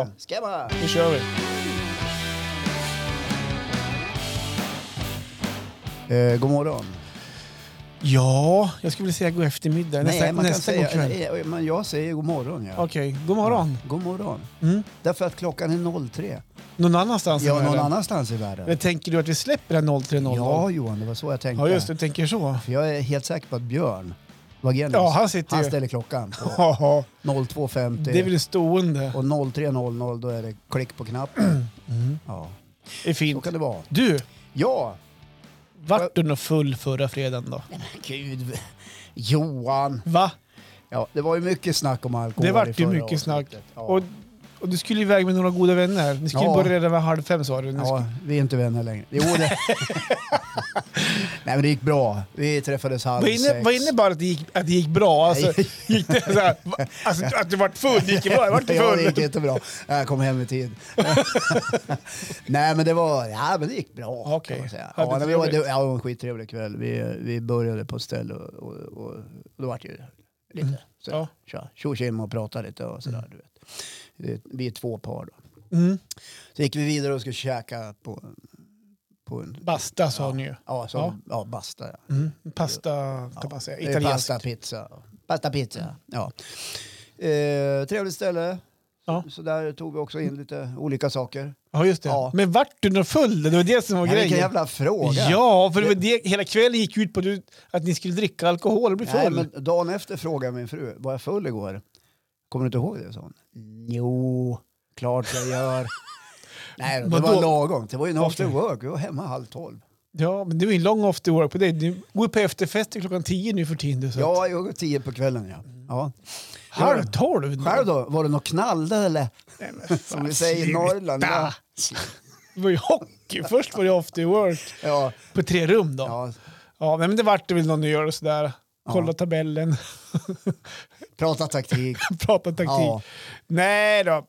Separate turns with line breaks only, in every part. Ja.
Ska bara...
Nu kör vi.
Eh, god morgon.
Ja, jag skulle vilja säga god eftermiddag. Nästa,
Nej, man kan
nästa god
säga, eh,
kväll.
nej, men jag säger god morgon. Ja.
Okej, god morgon.
God morgon.
Mm.
Därför att klockan är 03.
Någon annanstans i
Ja, någon
världen?
annanstans i
Men
världen.
tänker du att vi släpper den 0300?
Ja, Johan, det var så jag tänkte.
ja, just det. Du tänker så.
För jag är helt säker på att Björn Wagenius,
Ja, han sitter
han
ju...
ställer klockan på
Haha, det är
02.50
väl stående.
och 03.00 då är det klick på knappen.
Mm.
Ja,
Det är
så
fint.
kan det vara.
Du,
Ja,
vart du nog full förra fredagen då?
men gud. Johan.
Va?
Ja, det var ju mycket snack om alkohol
Det vart
i
ju
förra
mycket snack.
avsnittet. Ja.
Och, och du skulle iväg med några goda vänner. Ni skulle
Ja.
börja redan vid halv fem sa du. Ni
Ja, vi är inte vänner längre. Jo, det... Nej, men det gick bra. Vi träffades halv
Vad, inne,
sex.
vad innebar att det gick, att det gick bra? Alltså, gick det så här, va- alltså, att du vart full, det gick bra, jag vart
Ja, det gick
full.
inte bra. Jag kom hem i tid. Nej, men det var... Ja, men det gick bra. kan
Okej.
man säga.
Ja,
Ja,
det
nej, vi var, det,
trevligt.
ja, det var en skittrevlig kväll. Vi, vi började på ett ställe och, och, och då var det ju lite så
Mm. Ja.
tja, tjo och tjim och pratade lite och sådär. Du vet. Det- Vi är två par då.
Mm.
Så gick vi vidare och skulle käka på, på en...
Basta sa ni ju.
Ja, så,
Ja.
ja. basta. Ja.
Mm. Pasta, kan man säga.
Det är
Italienskt.
Pasta pizza. Mm. Pasta pizza, ja. Eh, trevligt ställe.
Ja.
Så där tog vi också in lite olika saker.
Ja, just det.
Ja.
Men vart du någon full? Det var det som var
Men vilken
grejen.
jävla fråga!
Ja, för det var det, hela kvällen gick ut på du- att ni skulle dricka alkohol och bli
Nej,
full.
men dagen efter frågade min fru, var jag full igår? Kommer du inte ihåg det? sa hon. Jo, klart jag gör. Nej, det
Vadå?
var lagom. Det var ju en after
Okej.
work. Vi var hemma halv tolv.
Ja, men det var ju en lång after work på dig. Du går på efterfest till klockan tio nu för tiden. du, Så att-
Ja, jag går tio på kvällen. Ja. Ja.
Halv tolv?
Själv då? Var det något knall där eller?
Nej, men
Som vi
fan,
säger i
sluta.
Norrland. Ja.
Det var ju hockey. Först var det after work
Ja,
på tre rum då.
ja.
Ja, nej, men det vart det väl någon gör och sådär. Kolla
Ja.
tabellen,
Prata taktik.
prata taktik.
Ja.
Nej då. Ah,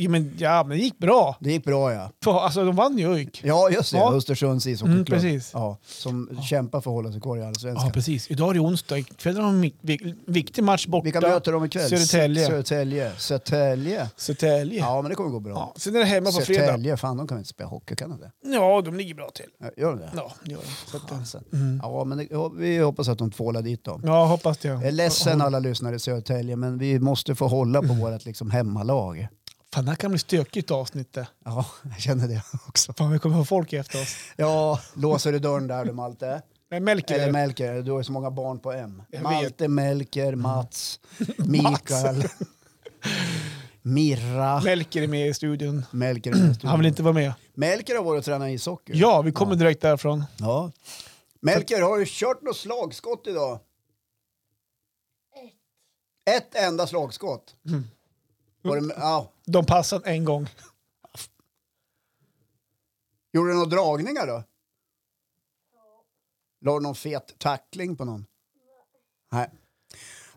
Ja, men, ja, men det gick bra.
Det gick bra ja.
För, Alltså de vann ju ÖIK.
Ja, just det.
Ja.
Östersunds ishockeyklubb.
Mm, precis.
Ja, som kämpar för att hålla sig kvar i Allsvenskan.
Ja, precis. Idag är det onsdag. Ikväll har de en vik- vik- viktig match borta.
Vilka möter de ikväll?
Södertälje.
Södertälje. Södertälje.
Södertälje. Ja.
Ja, men det kommer gå bra.
Sen är det hemma på fredag.
Södertälje, fan de kan inte spela hockey, kan de det?
Ja, de ligger bra till.
Ja, Gör de det?
Ja, det gör de. Så att, eh,
Fasen.
mm.
Ja, men det, ja, vi hoppas att de tvålar dit dem.
Ja, hoppas det.
Jag är ledsen alla lyssnare i Södertälje, men vi måste få hålla
Mm.
på vårt liksom, hemmalag.
Fan, det här kan bli stökigt avsnitt det.
Ja, jag känner det också.
Fan, vi kommer ha folk efter oss.
Ja, låser du dörren där du Malte?
Nej, Melker.
Eller Melker, du har ju så många barn på M.
Jag vet. Mm.
Malte, Melker, Mats, Mikael, Mirra.
Melker är med i studion.
Melker, är bäst.
Han vill inte vara med.
Melker har varit och tränat ishockey.
Ja, vi kommer
Ja.
direkt därifrån.
ja. Melker, har du kört något slagskott idag? Ett. Ett enda slagskott?
Mm.
Var det, ja.
De passade en gång.
Gjorde du några dragningar då? La du någon fet tackling på någon? Nej.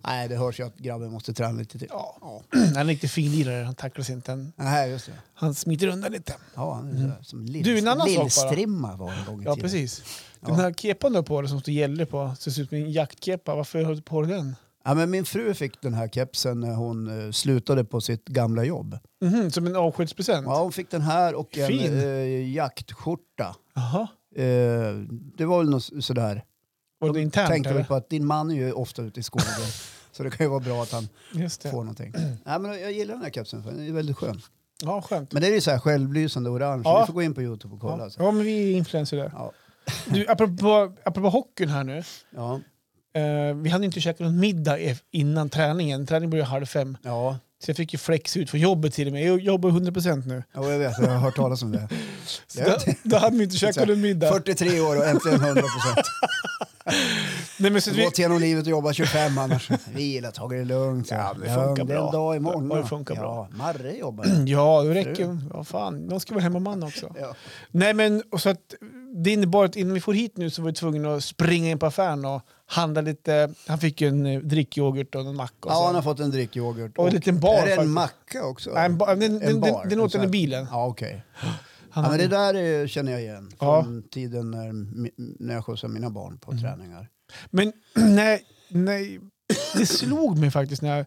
Nej, det hörs ju att grabben måste träna lite till.
Ja.
Ja.
Han är en riktigt fin lirare. Han tacklas inte. Han,
Nej, just det.
han smiter undan lite.
Ja, han är sådär som lill,
Mm. Du, en annan sak bara.
lillstrimma var en gång i
Ja,
tiden.
precis. Den
Ja.
här kepan du har på dig som står Gällre på, ser ut som en jaktkepa. Varför har du på dig den?
Ja, men min fru fick den här kepsen när hon eh, slutade på sitt gamla jobb.
Mhm, som en avskedspresent?
Ja, hon fick den här och en
Fin.
eh, jaktskjorta.
Jaha.
Eh, det var väl något sådär.
Var det internt?
Tänkte väl
eller?
på att din man är ju ofta ute i skogen. så det kan ju vara bra att han
Just
får
det.
någonting. Nej, men jag gillar den här kepsen för den är väldigt skön.
Ja, skönt.
Men det är ju så här självlysande orange.
Ja.
Ni får gå in på Youtube och kolla.
Ja.
alltså.
ja, men vi är influencer där.
Ja.
Du, apropå, apropå hockeyn här nu.
Ja.
Eh, vi hade inte käkat någon middag eff- innan träningen. Träningen började halv fem.
ja.
Så jag fick ju flex ut från jobbet till och med. Jag jobbar 100% nu.
ja, jag vet. Jag har hört talas om det.
Så
Ja.
då, då hade vi inte
Så
käkat
här,
någon middag.
43 år och äntligen 100 procent.
Nej, men så att vi,
Gått genom livet och jobbat 25 annars. Vila, ta det lugnt.
Ja, det
Lugn,
funkar
är
bra.
en dag imorgon.
Ja, det funkar
ja,
bra.
Marre jobbar ju.
Ja, det räcker ju. Ja, fan. Någon ska vara hemmaman också.
ja.
Nej, men och så att det innebar att innan vi får hit nu så var vi tvungna att springa in på affären och handla lite. Han fick ju en eh, drickyoghurt och en macka. Och
ja, han
så.
har fått en drickyoghurt.
Och en liten bar
Är det en
faktiskt.
macka också?
Nej, en ba- den- den- den- den åt
Så
den i
här-
bilen.
Ja, okej.
Han
Ja, men det där eh, känner jag igen
Ja. Mm.
från tiden när, mi- när jag skjutsade mina barn på träningar.
men nej, nej, det slog mig faktiskt när jag,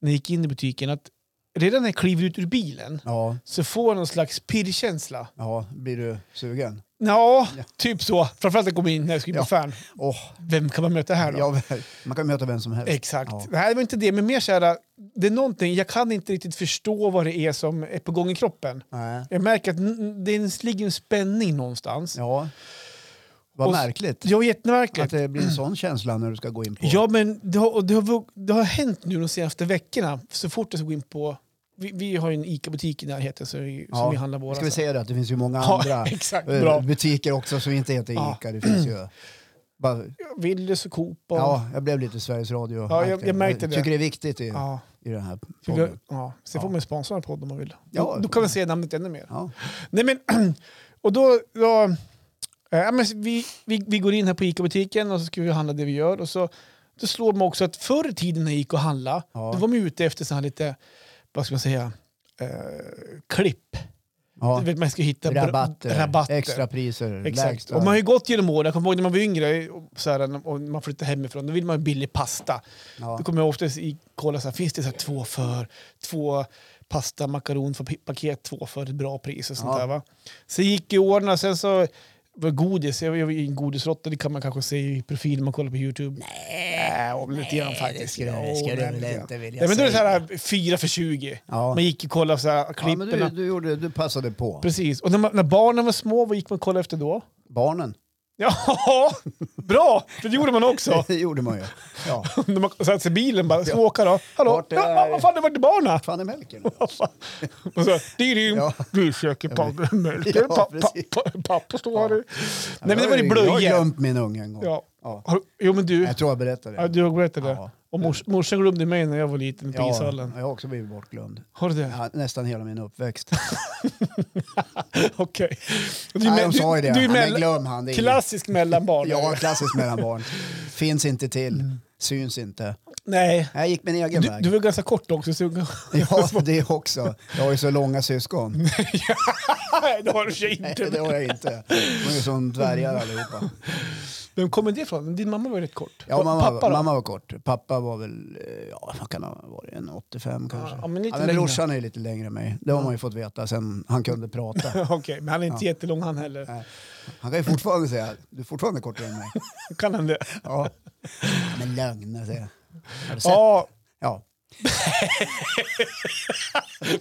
när jag gick in i butiken att redan när jag kliver ut ur bilen
Ja,
så får jag någon slags pirrkänsla.
ja, blir du sugen?
Ja,
Ja.
typ så. Framförallt när jag kommer in när jag ska in på
Ja.
fan.
Åh,
Vem kan man möta här då?
ja, man kan möta vem som helst.
Exakt.
Ja.
Det här var inte det, men mer så här, det är någonting, jag kan inte riktigt förstå vad det är som är på gång i kroppen.
Nej.
Jag märker att n- det är- ligger en spänning någonstans. Ja,
Ja. Vad
Och s-
märkligt att
jättemärkligt.
det blir en sån känsla när du ska gå in på...
Ja, men det har, och det, har, vug- det har hänt nu de senaste veckorna, så fort jag ska gå in på... Vi, vi har ju en ICA-butik i närheten så, som
Ja,
vi handlar våra
Ska vi säga det att det finns ju många
Ja,
andra
exakt.
eh,
Bra.
butiker också som inte heter
Ja.
ICA. Det finns ju... Bara,
Willys och Coop och...
ja, jag blev lite Sveriges Radio.
Ja, jag- jag märkte det.
tycker det är viktigt i,
Ja,
i den här
för vi har,
podden.
ja. Sen får man ju sponsra en podd om man vill.
Ja.
Då, då kan man säga namnet ännu mer.
Ja.
Nej men, och då, då eh, ja, men vi, vi, vi går in här på ICA-butiken och så ska vi handla det vi gör. Och så, då slår man också att förr i tiden när jag gick och handlade,
Ja.
då var man ju ute efter så här lite, vad ska man säga, eh, klipp.
Ja.
Du vet, Man ska hitta bra-
Rabatter,
rabatter.
extrapriser,
Exakt.
lägsta.
Och man har ju gått genom åren, jag kommer ihåg när man var yngre och, så här, och man flyttade hemifrån, då ville man ha billig pasta.
ja.
Då kommer jag oftast i, kolla, så här, finns det så här två för, två pasta, makaron för pi- paket, två för ett bra pris och sånt
Ja.
där. Va? Så gick ju åren och sen så var godis, jag var ju en godisrotta, det kan man kanske se i profilen man kollar på Youtube. Nej, äh, lite grann faktiskt. Jo, men lite grann.
vilja
Nej, men då är det så här fyra för 20.
Ja.
Man gick och kollade så här,
Ja, men
klippen.
du, du, gjorde, du passade på.
Precis, och när, man, när barnen var små, vad gick man och kollade efter då?
Barnen,
Ja, bra! Det gjorde man också.
det gjorde man ju. Ja.
När man satte sig i bilen bara, ska åka då? Hallå?
Vart är-
Ja, vad fan, det var inte barnen!
Fan är melken?
Vad fan? Och så, Dirim,
Ja.
du söker pappa, mjölken.
Ja,
Pa, pa,
precis.
pa, pappa står här. Nej men
Jag
det var
har
ju
ju- Jag har
blöjor.
glömt min unge en gång.
Ja.
Ja.
Har du- Jo men du,
Jag tror jag berättade
ja,
det.
du har berättat det.
Ja.
Och mors, morsan glömde mig när jag var liten på ishallen.
jag har också blivit bortglömd.
Har du det?
Ja, nästan hela min uppväxt.
Okej. Du,
Nej,
men-
de sa ju det.
Du, du är
Ja, men
mell-
glöm han. Det är inget-
klassisk mellanbarn.
Ja, klassiskt mellan barn. Finns inte till. Syns inte.
Nej.
Jag gick min egen
Mm. Du,
väg.
du var ganska kort också. Så...
Ja, det också. Jag har ju så långa syskon.
Nej, det har du i och för sig
Nej,
inte.
det har jag inte. De är ju som dvärgar allihopa.
Vem kommer det ifrån? Din mamma var ju rätt kort.
Ja,
Pa-
mamma,
Pappa då?
mamma var kort. Pappa var väl, eh, ja vad kan han ha varit, en 85 kanske.
Ja, men lite
men
längre.
brorsan är ju lite längre än mig. Det har man ju fått veta sen han kunde prata.
Okej, men han är inte jättelång han heller.
Nej. Han kan ju fortfarande säga, du är fortfarande kortare än mig.
Kan han det?
Ja. Men lögner säger jag. Har du sett?
Ja,
Ja.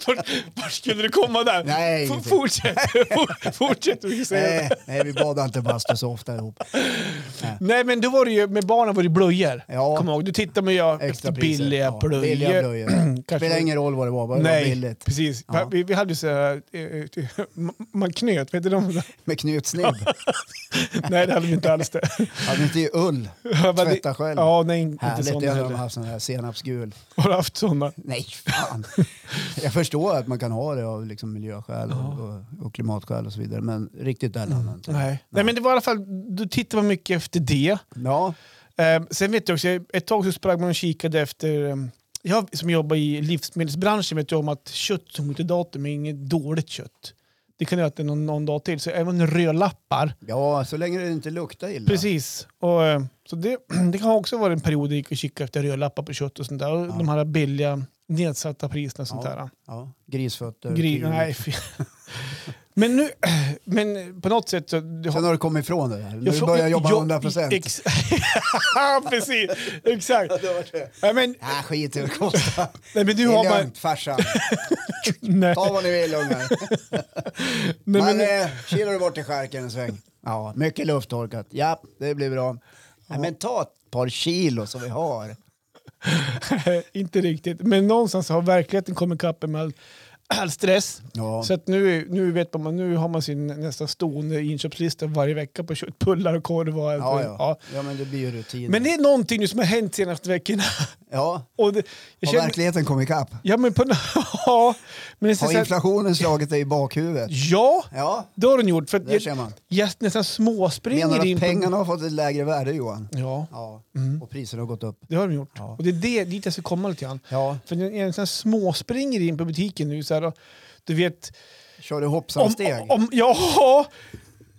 Vart, vart skulle du komma där?
Nej,
F-
ingenting.
fortsätt. For, fortsätt du säga.
Nej, nej, vi badar inte bastu så ofta ihop.
Nej, men då var det ju, med barnen var det blöjor.
Ja.
Kommer ihåg, du tittar med jag efter
Extra priser.
billiga
Ja,
blöjor.
Billiga blöjor.
Kanske-
Spelar ingen roll vad det var, bara det var
Nej,
billigt.
precis.
Ja.
Vi, vi hade ju så här, eh, man knöt, vet du de?
Med knutsnibb.
Nej, det hade vi inte alls det.
Hade inte i ull.
Vad det-
Tvätta själv.
Ja, nej, inte
Härligt,
sådana
jag har
heller.
haft sån här senapsgul.
Har du haft sådana?
Nej, fan. Jag förstår att man kan ha det av liksom miljöskäl och, och, och klimatskäl och så vidare. Men riktigt där
Mm.
landar jag inte.
Nej. nej, men det var i alla fall, du tittar man mycket efter det.
Ja,
Eh, sen vet jag också, ett tag så sprang man och kikade efter, eh, jag som jobbar i livsmedelsbranschen vet jag om att kött som går till datum är inget dåligt kött. Det kan göra att det är någon, någon dag till, så även rödlappar.
ja, så länge det inte luktar illa.
Precis. Och, eh, så det, det kan också vara en period där jag gick och kikade efter rödlappar på kött och sånt där. Och
Ja.
De här billiga nedsatta priserna och sånt där.
Ja, grisfötter.
Gri-
kul.
nej, fy. men nu, men på något sätt så... Det
Sen har du kommit ifrån det där. Nu
jag-
börjar jag jobba
jag-
100 procent.
Ex- Precis, exakt. Nej, men,
Nej, skit i hur det kostar.
nej, men
Det
du har
är
bara...
lugnt farsan.
Nej,
Ta vad ni vill ungar.
nej,
Men
men,
eh, kilar du bort i skärken en sväng. Ja, mycket lufttorkat. Ja, det blir bra. Nej, men ta ett par kilo som vi har.
inte riktigt. Men någonstans har verkligheten kommit ikapp med all, all stress.
Ja.
Så att nu, nu vet man, nu har man sin nästan stående inköpslista varje vecka på köttbullar och korv och allt.
Ja,
Ja.
ja. ja, men det blir ju rutin.
Men det är någonting nu som har hänt senaste veckorna.
Ja,
Och det, jag
har
känner,
verkligheten kommit ikapp?
ja, men på, ja, men det är så
Har
här-
inflationen slagit dig i bakhuvudet?
ja,
Ja,
det har den gjort. För att
Där
jag,
ser man.
jag nästan småspringer
menar du
in
att
på-
pengarna har fått ett lägre värde Johan?
Ja,
Ja,
Mm.
och priserna har gått upp.
det har de gjort.
Ja.
Och det är det, dit jag ska komma lite grann.
Ja,
För när jag nästan småspringer in på butiken nu så här, och, du vet,
kör du
om,
hoppsansteg?
om, ja,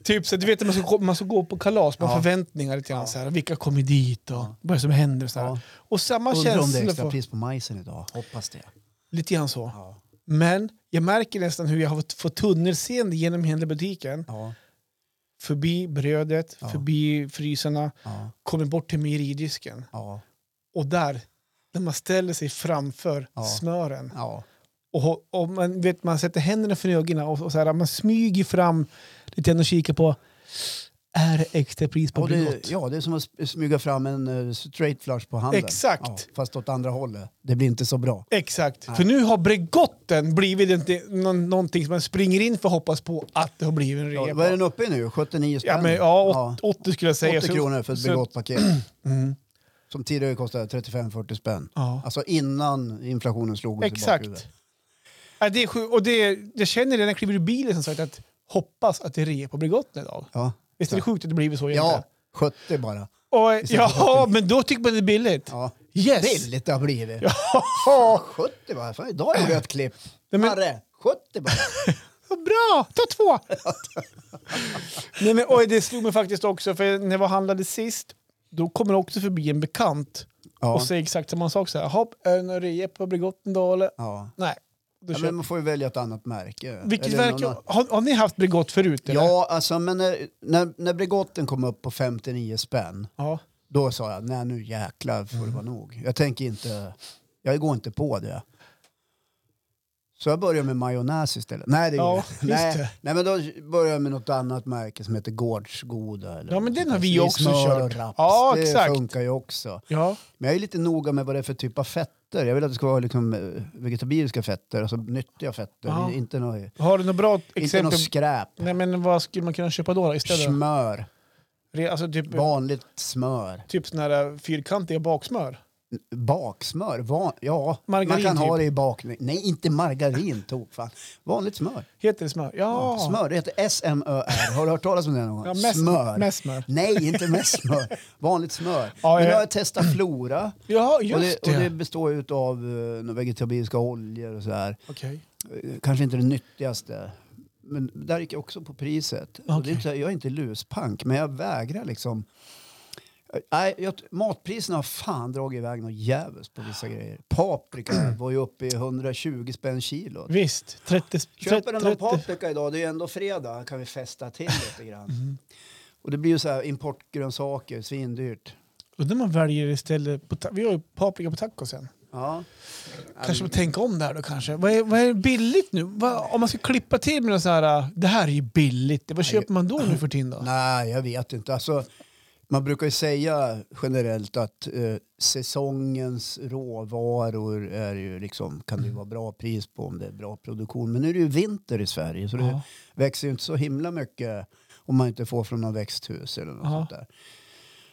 typ så du vet att man ska, gå- man ska gå på kalas, man har
Ja.
förväntningar lite grann, så här, vilka kommer dit och vad är det som händer och så här.
Ja.
Och samma
Undrar om det är
känsla
extra
för,
pris på majsen idag, hoppas det.
Lite grann så.
Ja.
Men jag märker nästan hur jag har fått- fått tunnelseende genom hela butiken.
Ja.
Förbi brödet,
Ja.
förbi frysarna,
Ja.
kommer bort till meyeridisken.
Ja.
Och där, när man ställer sig framför
Ja.
smören
Ja.
och, och man, vet, man sätter händerna för ögonen och, och så här, man smyger fram lite grann och kikar på är det extra pris på
Och det,
Bregott?
ja, det är som att sp- smyga fram en eh, straight flush på handen.
Exakt.
Ja, fast åt andra hållet. Det blir inte så bra.
Exakt,
Nej.
för nu har Bregotten blivit inte, nå- någonting som man springer in för att hoppas på att det har blivit en
Ja,
rea.
vad är den uppe i nu? 79 spänn?
Ja, men, ja, åt- 80 skulle jag säga.
80
Så-
kronor för ett
så-
Bregottpaket.
Mm.
Som tidigare kostade 35-40 spänn.
Ja.
Alltså innan inflationen slog oss i bakhuvudet.
Exakt. Ja, det är sju, och det, jag känner det när jag kliver ur bilen som sagt att hoppas att det är rea på Bregotten idag.
Ja.
Visst är det sjukt att det blivit
ja,
så egentligen?
70 bara.
Och,
Visst är det
ja, men då tycker man det är billigt.
Ja.
Yes!
Billigt det har blivit.
Ja,
70 bara. Fan, idag gjorde jag ett klipp.
Nej, men-
Marre, 70 bara.
vad bra! Ta två! Nej, men, oj, det slog mig faktiskt också, för när jag var och handlade sist, då kommer det också förbi en bekant
Ja.
och säger exakt samma sak. Så här, Hopp, är det någon rea på Bregotten då eller?
Ja.
Nej. Då
ja,
köper
men man får ju välja ett annat märke.
Vilket
Eller
verkar...
någon-
Har, har ni haft Bregott förut? Eller?
Ja, alltså, men när, när, när Bregotten kom upp på 59 spänn,
ja.
då sa jag nej nu jäklar får
Mm.
det vara nog. Jag tänker inte, jag går inte på det. Så jag började med majonnäs istället. Nej, det
Ja,
gjorde jag.
just det.
nej, nej, men då började jag med något annat märke som heter Gårdsgoda. Eller
Ja, men
något
den
sånt
har
där.
vi
Det är
också
smör och
kört.
raps.
Ja,
det
exakt.
funkar ju också.
Ja.
Men jag är lite noga med vad det är för typ av fetter. Jag vill att det ska vara liksom eh, vegetabiliska fetter, alltså nyttiga fetter.
Ja.
Inte något,
Har du något bra
inte
exempel?
något skräp.
Nej, men vad skulle man kunna köpa då? då istället?
Smör.
Re- Alltså typ,
Vanligt smör.
typ såna här fyrkantiga baksmör?
Baksmör? Van, ja,
Margarin
man kan ha
typ.
det i bakning. Nej, inte margarin. Tok, fan. Vanligt smör.
Heter det smör? Ja.
Ja, Smör, det heter S-M-Ö-R. Har du hört talas om det någon
Ja,
gång?
mest-
smör.
mest smör.
Nej, inte mest smör. Vanligt smör.
Ja,
Men nu
jag-
har jag testat Flora.
Ja,
Och
just
det,
det.
och det består ju av uh, vegetabiliska oljor och sådär.
Okej.
Eh, Kanske inte det nyttigaste. Men där gick jag också på priset. Och det är
Okej.
inte, så här- jag är inte luspank, men jag vägrar liksom. Eh, Nej, jag, matpriserna har fan dragit iväg något jävligt på vissa grejer. Paprika var ju uppe i 120 spänn kilot.
Visst. 30... 30
Ah. Köper du någon
30
paprika idag, det är ju ändå fredag, kan vi festa till lite grann.
Mm.
Och det blir ju så här importgrönsaker, svindyrt.
Undrar om man väljer istället... På ta- vi har ju paprika på tacosen.
Ja.
Kanske man tänker om där då kanske. Vad är, vad är billigt nu? Vad, om man ska klippa till med något så här... äh, Det här är ju billigt. Vad köper man då nu för tiden då?
Nej, jag vet inte. Alltså, man brukar ju säga generellt att eh, säsongens råvaror är ju liksom, kan det
Mm.
ju vara bra pris på om det är bra produktion. Men nu är det ju vinter i Sverige så det
Ja.
växer ju inte så himla mycket om man inte får från något växthus eller något
Ja.
sånt där.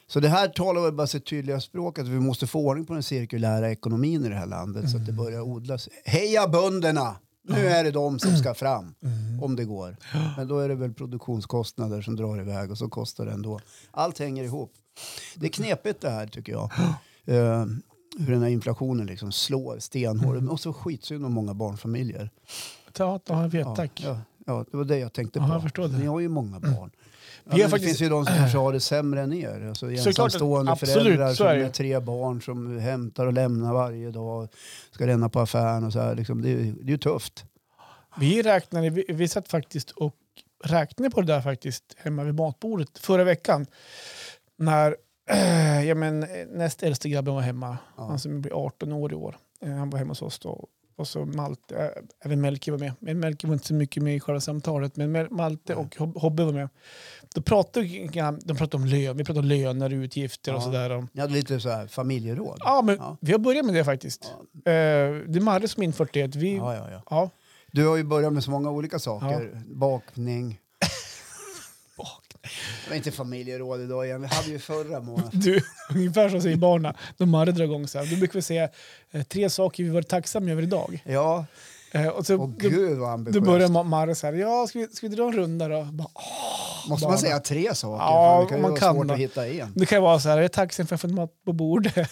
Så det här talar väl bara sitt tydliga språk att vi måste få ordning på den cirkulära ekonomin i det här landet så att det börjar odlas. Heja bönderna! Nu är det de som ska fram, om det går. Men då är det väl produktionskostnader som drar iväg och så kostar det ändå. Allt hänger ihop. Det är knepigt det här tycker jag. Eh, hur den här inflationen liksom slår stenhårt. Och så skitsynd om många barnfamiljer.
Ta, ta, jag vet, tack.
Ja, ja, det var det jag tänkte
Ja,
på.
jag förstår det. Mm.
Ni har ju många barn. Ja,
har
men
faktiskt-
Det finns ju de som kanske har det sämre än er. Alltså
Såklart,
ensamstående
absolut,
föräldrar
så
som
är det ju.
har tre barn som hämtar och lämnar varje dag. Ska lämna på affären och så här. Liksom, det, är ju- det är ju tufft.
Vi räknade, vi, vi satt faktiskt och räknade på det där faktiskt hemma vid matbordet förra veckan. När ja, men, eh, näst äldste grabben var hemma,
Ja.
han som blir 18 år i år. Eh, Han var hemma hos oss då. Och så Malte, eh, även Melke var med. Men Melke var inte så mycket med i själva samtalet, men Mel-
Nej.
Malte och Hob- Hobbe var med. Då pratade, vi- de pratade om lön, vi pratade om löner, utgifter och
Ja.
sådär.
Ni hade lite så här familjeråd.
Ja, men
Ja.
vi har börjat med det faktiskt. Eh, Det är Marre som infört det. Vi,
Ja, ja, ja.
ja.
Du har ju börjat med så många olika saker. Bakning. Det var inte familjeråd idag igen. Vi hade ju förra månaden.
Du, ungefär så säger barnen när Marre drar igång. Så här. Då brukar vi säga eh, tre saker vi varit tacksamma över idag.
Ja,
Eh, och så,
och
då,
gud vad
då börjar
ambitiöst.
Ma- Marre så här, ja ska vi, ska vi dra en runda då? Bara, "Ah."
Måste
bara-
man säga tre saker?
Ja,
Fan, det kan ju
man
vara
kan
svårt
då.
att hitta en.
det kan ju vara så här, jag är tacksam för att jag fått mat på bordet.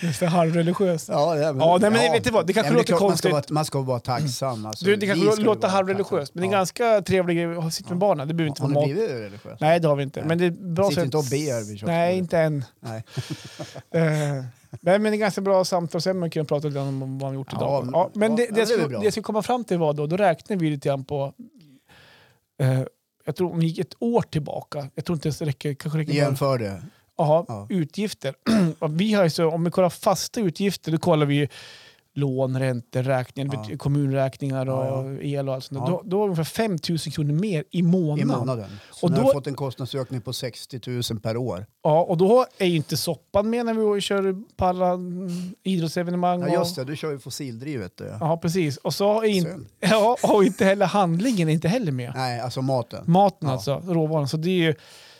Lite halvreligiös.
Ja, det,
Ja, nej, men vet du vad, det kanske
men är
låter
klart man ska
konstigt.
vara- Man ska vara tacksam. Alltså,
Du, det
vi
kanske
ska
lå-
ju
låter
vara
halvreligiöst, men det är
tacksamma.
ganska trevlig grej att sitta med barnen. Det behöver inte
Ja. Har
vara
ni
mat.
blivit religiösa?
Nej, det har vi inte. Men det är bra
Sitter
sätt-
inte och ber vid köksbordet.
Nej, inte än.
Nej.
Eh, Nej, men det är ganska bra samtal. Sen man kan prata lite om vad man gjort
Ja,
idag.
men-
Ja,
ja,
men
men
det, det,
det är
jag skulle,
väl bra.
det jag skulle komma fram till var då, då räknade vi lite grann på, eh, jag tror om vi gick ett år tillbaka, jag tror inte ens det räcker, kanske räcker med,
Jämför det.
aha,
Ja.
utgifter. Och vi har ju så, om vi kollar fasta utgifter, då kollar vi ju lån, räntor, räkningar,
Ja.
vet, kommunräkningar och
Ja,
el och allt sånt. där.
Ja.
Då, då är det ungefär 5 000 kronor mer i
I
månaden.
månaden. Så
Och
och då... har
då-
du fått en kostnadsökning på 60 000 per år.
Ja, och då är ju inte soppan med när vi kör på alla mm, idrottsevenemang.
Ja,
och-
just det, du kör ju fossildrivet. Du.
Ja, precis. Och så är in,
Synd.
ja, och inte heller handlingen är inte heller med.
Nej, alltså maten.
Maten
Ja.
alltså, råvaran. Så det är ju,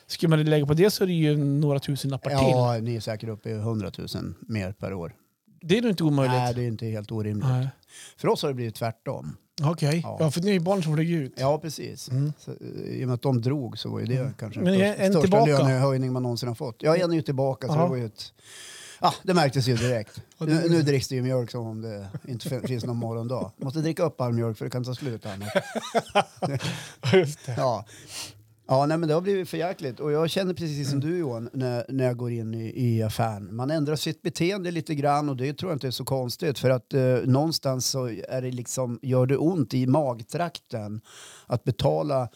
skulle man lägga på det så är det ju några tusen lappar till.
Ja, ni är säkert uppe i 100 000 mer per år.
Det är nog inte omöjligt.
Nej, det är inte helt orimligt.
Nej.
För oss har det blivit tvärtom.
Okej, ja.
Ja.
för det är ju barn som flyger ut. Mm.
Ja, precis. Så, eh, I och med att de drog så var ju det kanske
Men
den
en-
största,
en
största
tillbaka.
lönehöjning man någonsin har fått. Ja, en är ju tillbaka så
Ja.
det var ju ett... Ja, det märktes ju direkt.
Ja, det-
Nu, nu dricks det ju mjölk som om det inte fin- finns någon morgondag. Måste dricka upp all mjölk för det kan ta slut annars.
Just det.
Ja. Ja, nej, men det har blivit för jäkligt. Och jag känner precis som du Johan när, när jag går in i, i affären. Man ändrar sitt beteende lite grann och det tror jag inte är så konstigt. För att eh, någonstans så är det liksom, gör det ont i magtrakten att betala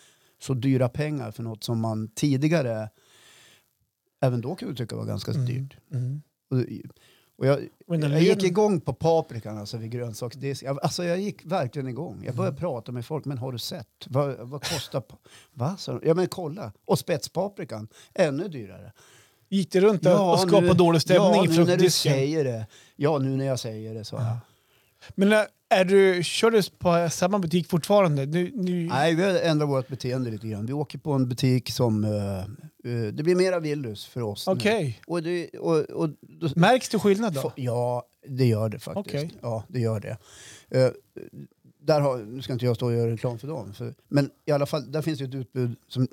så dyra pengar för något som man tidigare, även då kunde tycka var ganska dyrt.
Mm.
Och, och jag,
Och den
jag gick
lön-
igång på paprikan alltså vid grönsaksdisk. Jag- Alltså jag gick verkligen igång. Jag började prata med folk. Men har du sett? Vad, vad kostar... pa- Va? sa de. Ja men kolla. Och spetspaprikan. Ännu dyrare.
Gick det runt där
Ja,
och skapade
nu-
dålig stämning
Ja nu
i
när du
fruktdisken?
säger det. Ja nu när jag säger det så. jag.
Men äh, är du, kör du på samma butik fortfarande? Nu, nu,
Nej vi har ändrat vårt beteende lite grann. Vi åker på en butik som... eh, eh, det blir mera Willys för oss nu.
Okej.
Och, det, och, och då,
Märks det skillnad då?
Få- Ja, det gör det faktiskt.
Okej.
Ja, det gör det. Eh, där har, nu ska inte jag stå och göra reklam för dem. För, men i alla fall, där finns ju ett utbud som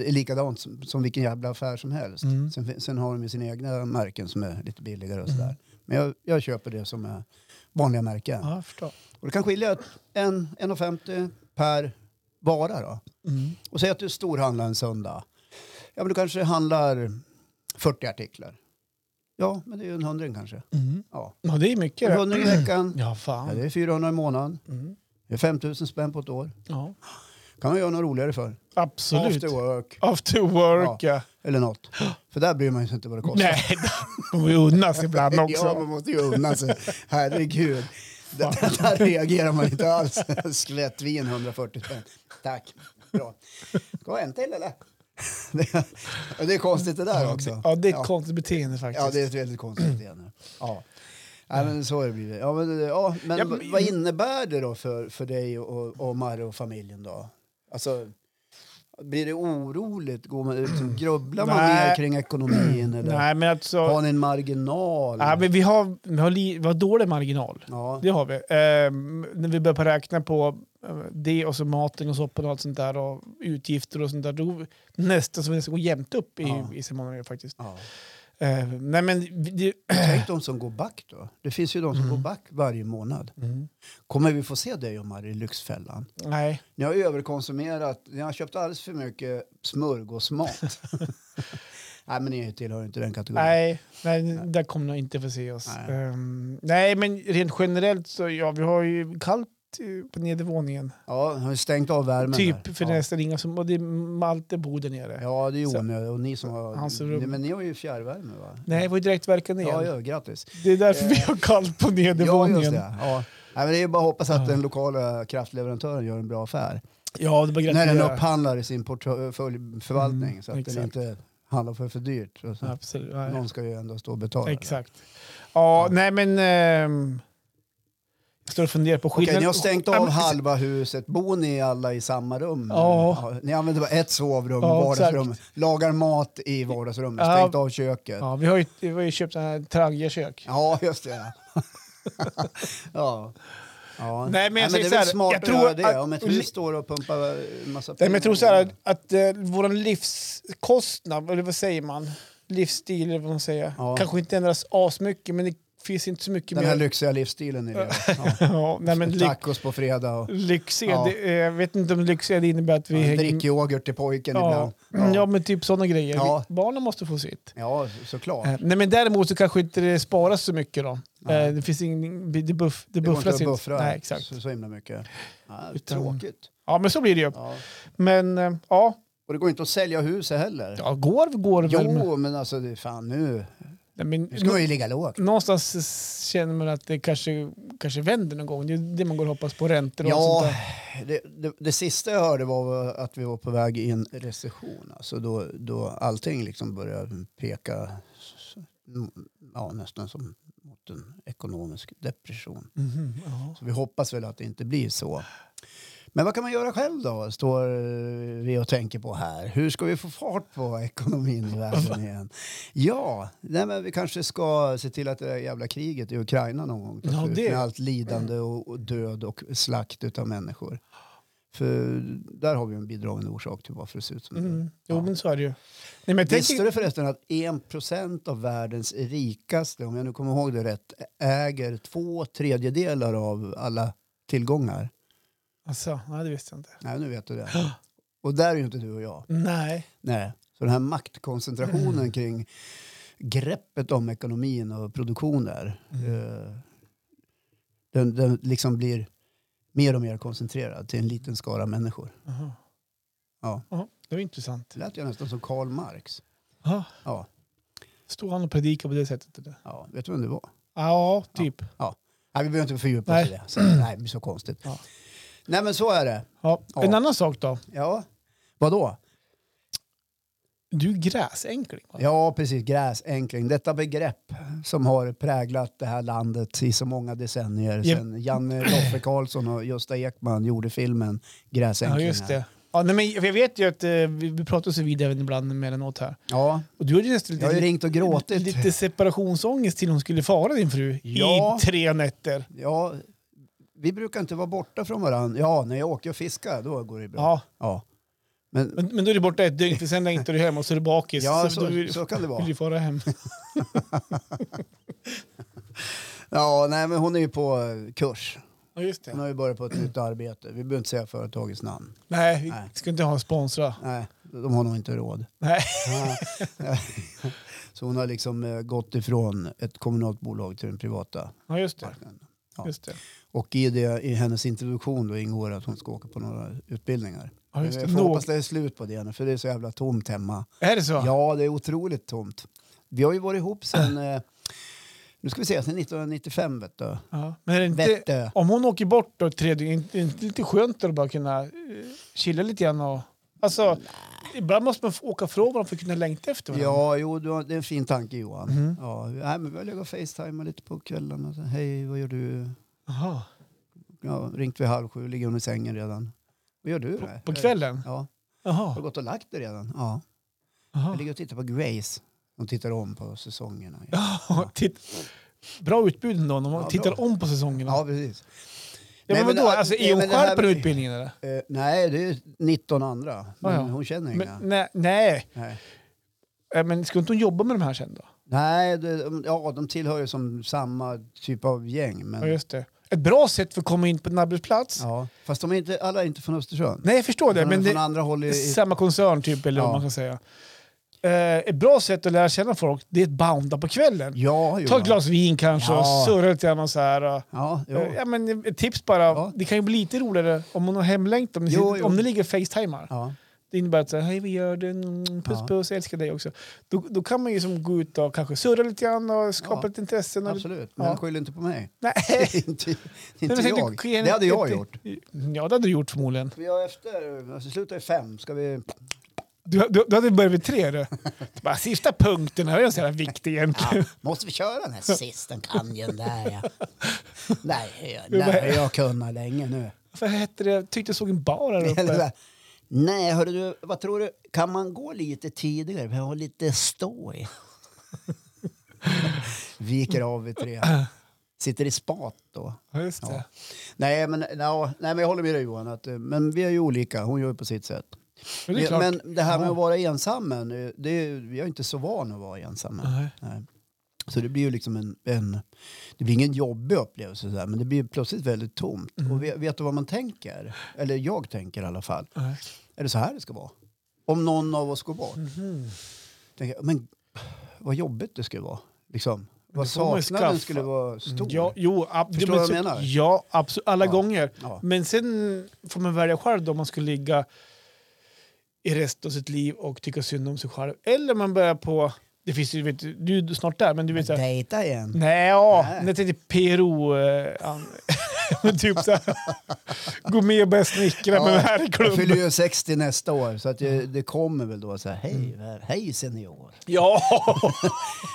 eh, är likadant som, som vilken jävla affär som helst.
Mm.
Sen, fin- sen har de ju sina egna märken som är lite billigare och sådär. Men jag, jag köper det som är vanliga märken.
Ja, jag förstår.
Och det kan skilja ett- en- 1,50 per vara då.
Mm.
Och säg att du storhandlar en söndag. Ja, men du kanske handlar 40 artiklar. Ja, men det är ju en hundring kanske.
Mm.
Ja.
Ja, det är mycket.
En
det.
hundring i veckan.
Ja,
Ja,
fan.
det är 400 i månaden.
Mm.
Det är 5 000 spänn på ett år.
Ja.
kan man göra något roligare för.
Absolut.
After work
After work, ja.
eller något. För där bryr man sig inte vad det kostar.
Nej, det kommer ju unnas ibland också.
Ja, man måste ju unna sig. Herregud. Där, där, där reagerar man inte alls. Skvättvin 140 spänn. Tack. Bra. Ska jag en till eller? Det, det är konstigt det där också.
Ja, det är ett konstigt beteende faktiskt.
Ja, det är ett väldigt konstigt beteende. Ja. Nej, men så har det blivit. Ja, men, ja, men,
Ja, men-
vad innebär det då för, för dig och, och Marre och familjen då? Alltså, blir det oroligt? Går man, liksom, grubblar man
Nej.
mer kring ekonomin? Eller?
Nej, men alltså...
Har ni en marginal?
Ja, men vi, har, vi, har li, vi har dålig marginal.
ja.
Det har vi. Ehm, när vi börjar på räkna på eh, det och så maten och soppan och allt sånt där och utgifter och sånt där. Då nästan så vi nästan går jämnt upp i,
Ja.
i så många grejer faktiskt.
Ja.
Ehm, nej, men... vi- Det,
Tänk de som går back då. Det finns ju de som
Mm.
går back varje månad. Kommer vi få se dig och Marre i Lyxfällan?
nej.
Ni har överkonsumerat, ni har köpt alldeles för mycket smörgåsmat. Nej men ni tillhör inte den kategorin.
Nej, nej, där kommer nog inte få se oss.
Nej.
Nej. nej, men rent generellt så ja, vi har ju kallt eh, på nedervåningen.
Ja, har ju stängt av värmen där.
Typ, för
ja.
det är nästan inga som... Och det är Malte bor där nere.
Ja, det är ju
Så-
onödigt. Och ni som har...
Hans rum.
Nej, men ni har ju fjärrvärme va?
Nej, det var ju direktverkande el.
Ja, ja, grattis.
Det är därför vi har kallt på
Ja, just
nedervåningen. Ja,
det. Ja. Nej, men det är ju bara att hoppas att
Ja.
den lokala kraftleverantören gör en bra affär.
det var
När den
gratulera.
upphandlar i sin portföljförvaltning
Mm,
så att den
exakt.
inte handlar för för dyrt. Och så,
Absolut. ja,
Någon ska ju ändå stå och betala.
Exakt.
Ja.
Ja, nej men... ehm, jag står och funderar på
Okej,
skillnaden.
ni har stängt
Ja,
av
men-
halva huset. Bor ni alla i samma rum?
Ja.
ni använder bara ett sovrum,
Ja,
vardagsrum. Lagar mat i vardagsrummet,
Ja.
stängt av köket.
Ja, vi har ju, vi har ju köpt sådana här Tragia-kök.
Ja, just det. ja. ja.
Nej, men
det
jag säger
är
så här,
väl smart
jag
att
tror
göra det.
att-
Om ett hus står och pumpar en massa
Nej, men jag tror så här att, att eh, vår livskostnad, eller vad säger man? Livsstil eller vad man säger.
Ja.
Kanske inte ändras asmycket men det finns inte så mycket
Den här
mer.
lyxiga livsstilen är det. Ja.
ja, nej, men ly-
Tacos på fredag och
lyxiga,
Ja.
det, eh, jag vet inte om lyxiga det innebär att vi
ja, drick yoghurt till pojken
Ja.
ibland.
ja,
Ja,
men typ sådana grejer.
Ja.
Vi- Barnen måste få sitt.
ja såklart.
Eh, Nej, men däremot så kanske inte det sparas så mycket då.
Nej.
Eh, Det finns ingen, det, buff, det
Det går inte
buffras
att
inte.
buffra
Nej, exakt.
Så, så himla mycket. Ja,
Utan-
tråkigt.
Ja, men så blir det ju.
Ja.
Men eh, ja,
Och det går inte att sälja huset heller.
ja går, går väl. men-
Jo, men alltså det, fan nu.
Nej, men,
Nu ska man ju ligga lågt.
Mm, någonstans s- känner man att det kanske, kanske vänder någon gång. Det är det man går och hoppas på, räntor och allt sånt
Ja,
där.
det, det, det sista jag hörde var att vi var på väg i en recession. Alltså då, då allting liksom började peka s- ja, nästan som mot en ekonomisk depression.
Mhm, ja.
Så vi hoppas väl att det inte blir så. Men vad kan man göra själv då, står eh, vi och tänker på här. Hur ska vi få fart på ekonomin i världen igen? Ja, nej men vi kanske ska se till att det där jävla kriget i Ukraina någon gång tar
Ja,
slut
det-
med allt lidande och, och död och slakt utav människor. För där har vi en bidragande orsak till varför det ser ut som det gör.
Mm. Jo,
Ja.
men så är det ju. Nej, men tänk,
Visste du förresten att 1% av världens rikaste, om jag nu kommer ihåg det rätt, äger två tredjedelar av alla tillgångar?
Alltså, nej, det visste jag inte.
Nej, nu vet du det. Och där är ju inte du och jag.
Nej.
Nej. Så den här maktkoncentrationen kring greppet om ekonomin och produktioner, eh, den, den liksom blir mer och mer koncentrerad till en liten skara människor.
Aha.
Ja.
Aha, det var intressant.
Det lät ju nästan som Karl Marx.
Aha.
Ja,
Stod han och predikade på det sättet? Eller?
ja. Vet du vem det var?
Ja, typ.
Nej, vi behöver inte fördjupa oss i det. Så, nej, det blir så konstigt.
Ja.
Nej, men så är det.
Ja.
Ja.
En annan sak då.
Ja. Vadå?
Du är gräsänkling. va?
Ja, precis. Gräsänkling. Detta begrepp som har präglat det här landet i så många decennier
Ja.
sedan Janne Roffe Karlsson och Gösta Ekman gjorde filmen
ja
Gräsänklingar.
just det. Ja, nej, men jag vet ju att eh, vi, vi pratar så vidare även ibland emellanåt här.
Ja,
Och du hade ju nästan
jag har ju
lite,
ringt och gråtit.
lite separationsångest till hon skulle fara din fru
Ja.
i tre nätter.
Ja, vi brukar inte vara borta från varandra. Ja, när jag åker och fiskar, då går det bra. Ja.
Ja,
Men,
men, men då är du borta ett dygn för sen längtar du hem och så är du bakis.
ja,
då
så,
vill,
så kan det vara.
vill du fara hem.
Ja, nej, men hon är ju på eh, kurs.
Ja, just
Hon
det.
har ju börjat på ett nytt arbete. Vi behöver inte säga företagets namn.
Nej, vi
Nej.
ska inte ha en sponsra.
Nej, de har nog inte råd.
Nej.
Så hon har liksom eh, gått ifrån ett kommunalt bolag till den privata
Ja, just det.
marknaden. Ja.
Just det.
Och i, det, i hennes introduktion då ingår att hon ska åka på några utbildningar.
Ja, just det.
Jag får
Nå-
hoppas det är slut på det nu, för det är så jävla tomt hemma.
Är det så?
Ja, det är otroligt tomt. Vi har ju varit ihop sedan, eh, nu ska vi se, sedan 1995 vet du.
Ja, Men är det inte,
Vet du.
om hon åker bort då tre dygn, inte- inte lite skönt att bara kunna eh, chilla lite grann och... Alltså, ibland måste man få åka från varandra för att kunna längta efter varandra.
Ja, jo, du har, det är en fin tanke Johan.
Mhm.
Ja, nej, men vi har legat och facetimat lite på kvällen. Och så, Hej, vad gör du?
Jaha.
Ja, ringt vid halv sju, ligger hon i sängen redan. Vad gör du? Nej.
På kvällen?
Ja. Har du
Jaha.
gått och lagt dig redan? Ja. Jag
Jaha.
ligger och tittar på Grace. De tittar om på säsongerna.
Ja, titt. Bra utbud ändå om man
Ja,
tittar
bra.
om på säsongerna.
Ja, precis.
ja, men
Nej, men
vadå?
det-
Alltså, är
nej,
hon
men det här-
själv på den utbildningen eller?
Eh, nej, det är 19 andra. Men
Ah, ja.
hon känner inga.
Men, nej, nej.
nej,
Eh, men ska inte hon jobba med de här sen då?
nej det, ja, de tillhör ju som samma typ av gäng. Men,
Ja,
ja,
just det. Ett bra sätt för att komma in på en arbetsplats?
Fast de är inte, alla är inte från Östersund.
Nej, jag förstår det.
de är
Men
från
det,
andra håll i, i
Samma koncern typ, eller
Ja.
vad man kan säga. Eh, ett bra sätt att lära känna folk, det är att bounda på kvällen.
Ja,
Ta
Johan.
ett glas vin kanske
Ja.
och surra lite grann och så här. och-
Ja, jo.
Eh, ja, men ett tips bara.
Ja.
Det kan ju bli lite roligare om hon har hemlängtan. Om, ni-
Jo, jo.
om ni ligger och facetimar.
ja.
Det innebär att så här, hej vad gör du? Mm, Puss
Ja.
puss, jag älskar dig också. Då, då kan man ju som gå ut och kanske surra lite grann och skapa
Ja,
lite intressen. Och,
Absolut, men
Ja.
skyll inte på mig.
nej.
inte
Men
inte
jag tänkte,
jag.
kan-
Det hade jag
inte-
gjort.
Ja, det hade du gjort förmodligen.
Vi har efter, alltså slutar i fem, ska vi...
Du, du, du hade börjat vid tre du. Bara, sista punkten, här är den så jävla viktig egentligen.
Måste vi köra den här sista kanjen där ja. Nej,
Du bara-
nej, jag kunnat länge nu.
Vad hette det? Jag tyckte jag såg en bar här
Eller så
uppe.
här, Nej, hörru du, vad tror du, kan man gå lite tidigare? Vi har lite ståj. Viker av vid tre. Sitter i spat då.
Ja, just det.
Ja. Nej, men, ja, nej, men jag håller med dig Johan. Att, eh, men vi är ju olika, hon gör ju på sitt sätt.
Men det är klart.
Men det här med
Ja.
att vara ensam, eh, det är, jag är inte så van att vara ensam.
Nej.
Nej. Så det blir ju liksom en, en det blir ingen jobbig upplevelse så här, men det blir plötsligt väldigt tomt.
Mm.
Och vet, vet du vad man tänker? Eller jag tänker i alla fall.
Nej.
Är det så här det ska vara? Om någon av oss går bort.
Mhm.
Tänker, jag, men vad jobbigt det skulle vara. Liksom. Vad
det får man ju
saknaden
skaffa. Mm,
skulle vara stor.
Ja, jo, ab-
Förstår
men
vad jag
så-
menar?
Ja, absolut. Alla
Ja.
gånger.
Ja.
Men sen får man välja själv då, om man skulle ligga i resten av sitt liv och tycka synd om sig själv. Eller man börjar på... Det finns ju, vet, du du är ju snart där, men du vet... så här-
Dejta igen.
Nej, ja.
Nej.
Nej. Jag tänkte PRO... Eh, an- men typ så här. Gå med och börja snickra
Ja,
med den här i
Jag fyller
klubben.
ju 60 nästa år så att jag, det kommer väl då så här, hej,
Mm.
väl- hej senior.
Ja!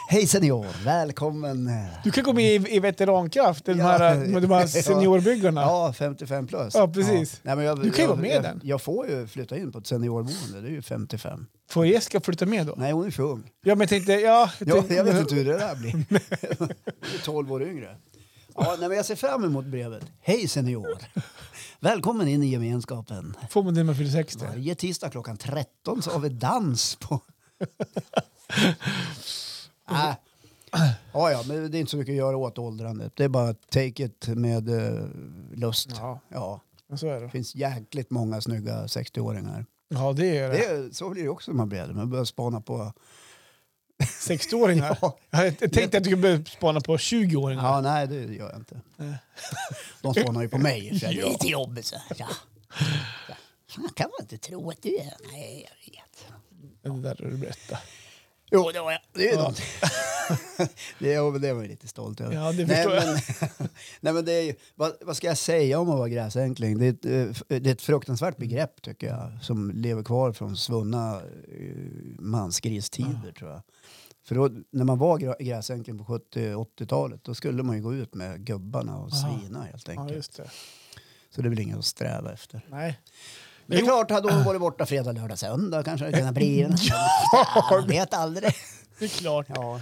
Hej senior, välkommen.
Du kan gå med i, i veterankraft, de här, eh,
Ja.
de här
Ja.
seniorbyggarna.
Ja, 55 plus.
Ja, precis.
Nej, men jag,
Du kan ju
jag,
vara med i
jag,
den.
Jag får ju flytta in på ett seniorboende, det är ju 55.
Får Jessica flytta med då?
Nej, hon är för ung.
Ja, men jag tänkte... Ja, jag
Ja,
tänkte-
jag vet inte hur det där blir. Hon är 12 år yngre. Ja, nej, men jag ser fram emot brevet. Hej senior! Välkommen in i gemenskapen.
Får man det när man fyller 60?
Varje tisdag klockan 13 så har vi dans på... Äh. Ja, ja, men det är inte så mycket att göra åt åldrandet. Det är bara take it med eh, lust.
Ja,
Ja,
men så är det.
det finns jäkligt många snygga 60-åringar.
Ja, det är det.
Det, är- så blir det också när man blir äldre. Man börjar spana på...
60-åringar?
Ja.
Jag jag tänkte att du kunde spana på 20-åringar.
Ja, nej, det gör jag inte. De spanar ju på mig. Så jag är lite jobbig. Så. här. Ja. Ja. Fan, kan man inte tro att du är... Nej, jag vet.
Det där har du berättat.
Jo, det var jag. Det är ju
Ja.
någonting. det, är- det var jag lite stolt över.
Ja, det förstår
nej, men, nej, men det är ju, vad, vad ska jag säga om att vara gräsänkling? Det är, ett, eh, f- det är ett fruktansvärt begrepp tycker jag som lever kvar från svunna eh, mansgristider tror jag. För då, när man var gra- gräsänkling på 70-80-talet då skulle man ju gå ut med gubbarna och
Aha.
svina helt
Ja,
enkelt.
just det.
Så det är väl inget att sträva efter.
Nej.
Men det är
Jo.
klart, hade hon varit borta fredag, lördag, söndag kanske det hade kunnat bli en... Man vet aldrig.
Det är klart.
Ja.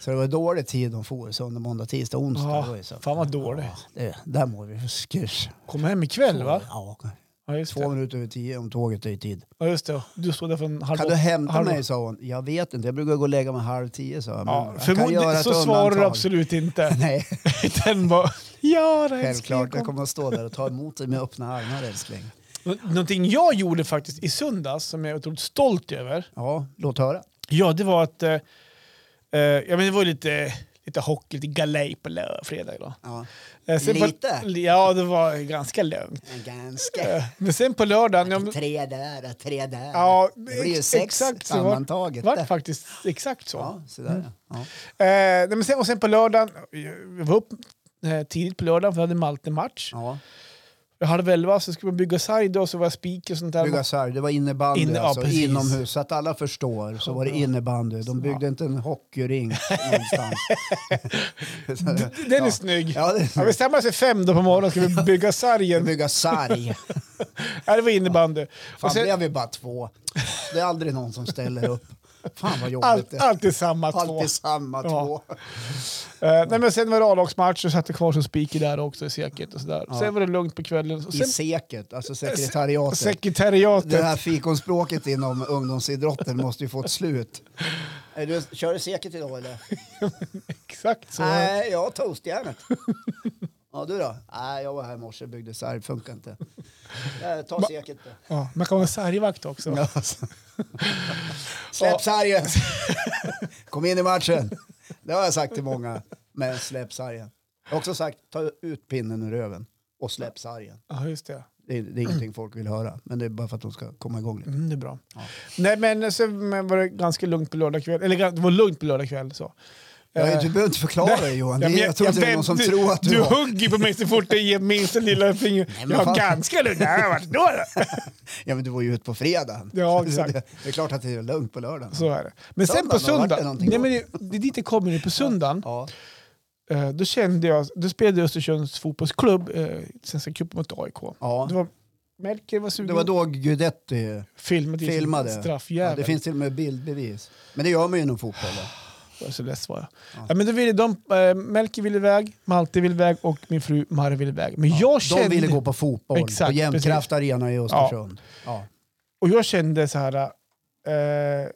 Så det var dålig tid de for, söndag, måndag, tisdag, onsdag.
Ja,
det var ju så.
fan vad dåligt.
Ja, det, där mår vi för skurs.
Kom hem ikväll, va?
Ja,
Ja, just
två
det.
minuter över tio om tåget är i tid.
Ja, just det. Du stod där från halv
Kan du hämta
halv-
mig, sa hon. Jag vet inte, jag brukar gå och lägga mig halv tio, sa jag. Men
Ja,
jag kan göra
förmodligen
ett
så svarar du
undantag.
absolut inte.
Nej,
Den var... Ja, då, älskling,
självklart. Jag
kom."
kommer att stå där och ta emot dig med öppna armar, älskling.
Någonting jag gjorde faktiskt i söndags, som jag är otroligt stolt över,
Ja, låt höra.
Ja, det var att... Eh, eh, ja, men det var ju lite, lite hockey, lite galej på lö- fredag. Då.
Ja.
Eh, på-
Lite?
ja, det var ganska lugnt.
Ganska.
Eh, men sen på lördagen... Ja, men,
Tre där och tre där.
ja,
det blir ju
ex-
sex
exakt så var,
sammantaget.
var det faktiskt exakt så.
ja, så där, ja.
Eh, nej, men sen, och sen på lördagen... Jag var upp eh, tidigt på lördagen för jag hade Malte-match.
ja.
Jag halv elva så skulle man bygga sarg då, så var jag speaker och sånt där.
Bygga sarg, det var innebandy
Inne- ja,
alltså,
precis.
inomhus. Så att alla förstår så var det innebandy. De byggde inte en hockeyring någonstans.
D- Den är snygg.
Ja, det är
Ja, vi stämmer sig fem då på morgonen ska vi bygga sargen.
Bygga sarg.
Nej, det var innebandy.
Fan,
Och sen,
blev vi bara två. Det är aldrig någon som ställer upp. Fan vad jobbigt
allt,
det är.
alltid samma två.
Alltid samma
Ja.
två.
Eh, nej, men sen var det A-lagsmatch och satt jag kvar som speaker där också i säkert och sådär. Sen var det lugnt på kvällen. Och
I
sen,
seket, alltså sekretariatet.
sekretariatet.
Det här fikonspråket inom ungdomsidrotten måste ju få ett slut. Är du, kör du seket idag eller?
Exakt så.
Nej, jag har toastjärnet. Ja, du då? Nej, jag var här i morse och byggde sarg. Funkar inte. Eh, Ta seket då.
Ja, man kan vara sargvakt också. Ja.
Släpp sargen! Kom in i matchen. Det har jag sagt till många. Men släpp sargen. Jag har också sagt, ta ut pinnen ur röven och släpp sargen.
Ja, just det.
Det är, det är ingenting folk vill höra, men det är bara för att de ska komma igång lite.
Mm, det är bra. Nej, men sen var det ganska lugnt på lördag kväll. Eller gan- det var lugnt på lördag kväll. Så.
Ja,
Eh,
du behöver inte förklara det Johan. Det,
ja, men
jag tror inte det är
vänt-
någon som tror att du,
Du
var...
hugger på mig så fort jag ger minsta lilla finger.
men
jag
fan.
var ganska lugn. Ja, vart då? då?
Ja, men du var ju ute på fredagen.
Ja, exakt.
Det, det är klart att det är lugnt på lördagen.
Så är det. Men sen på
Söndagen, har det varit
söndag.
någonting
Nej, men det, det är dit det kommer nu. På söndagen
Ja.
Eh, då kände jag, då spelade jag i Östersunds fotbollsklubb, eh, Svenska cupen mot AIK.
Ja.
Det var, Melker var sugen.
Det var då Guidetti
filmade i
filmade.
sin
Ja,
straffjävel.
det finns till och med bildbevis. Men det gör man ju inom fotboll. va?
Så less var jag. Ja. men då ville de, eh, Melker ville iväg, Malte ville iväg och min fru Mari ville iväg. Men jag kände,
De ville gå på fotboll
Exakt,
på Jämtkraft Arena i Östersund. Ja.
och jag kände så här, eh,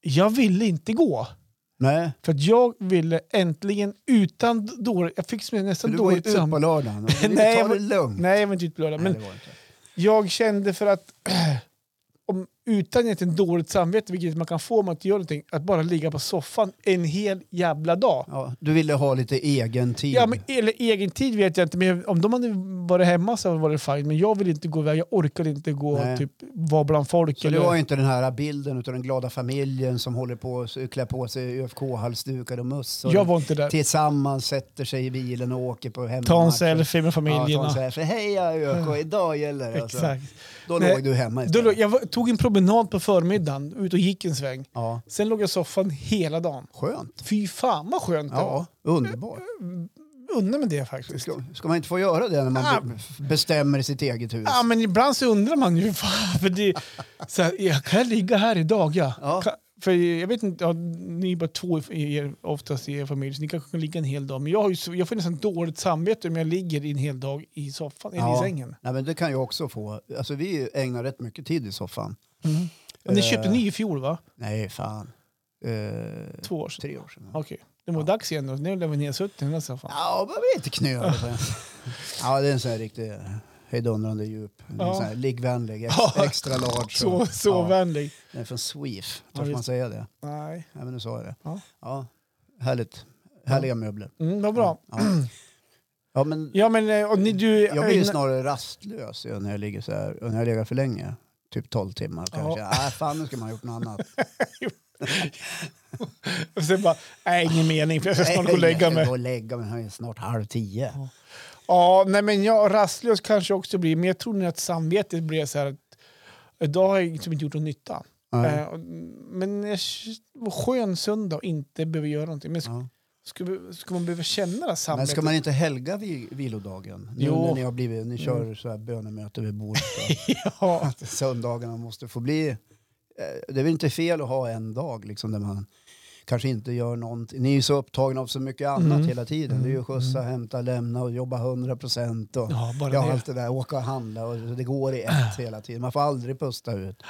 jag ville inte gå.
Nej,
För att jag ville äntligen utan dåligt... Jag fick som nästan
du var ju
dåligt
ut på
samvete.
lördagen.
Nej,
Nej, ta
jag
det
var-
lugnt.
Nej, jag var inte ute på lördag.
Nej,
Men
det var det inte.
jag kände för att om, utan egentligen dåligt samvete, vilket man kan få om man inte gör någonting, att bara ligga på soffan en hel jävla dag.
Ja, du ville ha lite egen tid.
Ja, men, eller egen tid vet jag inte, men om de hade varit hemma så var det fine. Men jag vill inte gå iväg, jag orkar inte gå
Nej.
och typ, vara bland folk.
så det
eller,
var ju inte den här bilden av den glada familjen som håller på att klä på sig ÖFK-halsdukar och mössor.
jag var inte där.
Tillsammans sätter sig i bilen och åker på hemmamatchen.
Ta en selfie med familjen.
Ja, ta en
och-
selfie. Heja ÖFK, idag gäller det. Alltså.
Exakt.
Då
Nej,
låg du hemma
Då,
istället.
låg- jag var- tog en promenad på förmiddagen, ut och gick en sväng.
Ja,
Sen låg jag i soffan hela dagen.
skönt.
Fy fan vad skönt det var.
Ja, underbart.
Undrar med det faktiskt.
Ska, ska man inte få göra det när man
Ah.
be- bestämmer sitt eget hus?
Ja, men ibland så undrar man ju. Fan, för det, så här, ja, kan jag ligga här idag? Ja.
Ja.
Kan, för jag vet inte, ja, ni är bara två i er, oftast i er familj, så ni kanske kan ligga en hel dag. Men jag, har ju, så- jag får nästan dåligt samvete om jag ligger i en hel dag i soffan, eller
Ja.
i sängen.
Nej, men det kan jag också få. Alltså, vi ägnar rätt mycket tid i soffan.
Men ni köpte
Eh.
ny i fjol va?
Nej, fan. Eh,
Två år sedan?
tre år sedan.
Okej. Det var dags igen då, nu lär vi nedsuttit i den här soffan.
Ja, man blir lite knölig. på den. ja, det är en sån här riktig hejdundrande djup. En
Ja.
sån här liggvänlig, ex,
Ja.
extra large.
Så, så
Ja,
vänlig.
den är från Sweef.
Ja,
Törs man
visst.
säga det?
Nej.
Ja, men nu sa jag det.
Ja.
Ja. härligt. Härliga möbler.
Mm, vad bra.
Ja. ja, men
Ja men eh, och ni, du...
Jag blir ju
eh,
snarare rastlös ju när jag ligger så här, och när jag ligger för länge. Typ 12 timmar
Ja.
kanske. Nej, fan nu ska man ha gjort något annat.
Och sen bara, nej ingen mening för jag ska snart gå och lägga
Jag
mig.
ska gå och lägga mig, det är snart halv tio.
Ja, nej men jag rastlös kanske också blir, men jag tror nog att samvetet blir så här att idag har jag liksom inte gjort någon nytta.
Nej.
Eh, och- men jag k- var skön söndag och inte behöver göra någonting. Men ska,
Ja.
ska, vi- ska man behöva känna det här
Men
samvetet?
ska man inte helga vi, vilodagen? Nu
Jo. Mm.
när ni har blivit, ni kör så här bönemöte vid bordet. va?
ja.
Att Söndagarna måste få bli, eh, det är väl inte fel att ha en dag liksom där man kanske inte gör någonting. Ni är ju så upptagna av så mycket annat
Mm.
hela tiden. Det är ju skjutsa, hämta, lämna och jobba 100 procent. Och...
ja, bara
Ja,
det.
allt det där. Åka och handla. Och det går i ett hela tiden. Man får aldrig pusta ut.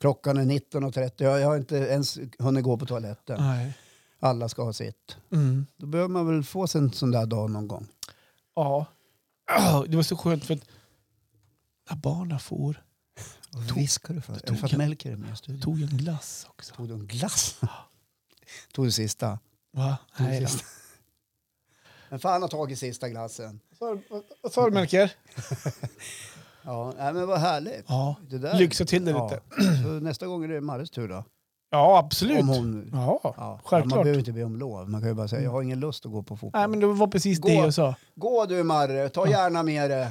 Klockan är 19.30. Jag, jag har inte ens hunnit gå på toaletten.
Nej.
Alla ska ha sitt.
Mm.
Då behöver man väl få sig en sån där dag någon gång.
Ja. Ah, Det var så skönt för att när barnen får
Viskar du för? Är det för att
tog-
Melker är med i studion?
tog jag en glass också.
Tog du en glass? Tog du sista?
Va?
Tog du
Nej, då.
sista? Men fan har tagit sista glassen.
Sa du- Vad sa du Melker?
Ja, nej, men vad härligt.
Ja.
Det där.
Lyxa till det
Ja.
lite.
Så nästa gång är det Marres tur då.
Ja, absolut.
Om hon...
Ja.
Ja,
Självklart.
Man behöver inte be om lov. Man kan ju bara säga jag har ingen lust att gå på fotboll.
Nej, men det var precis
Gå.
det jag sa.
Gå du Marre, ta gärna med dig.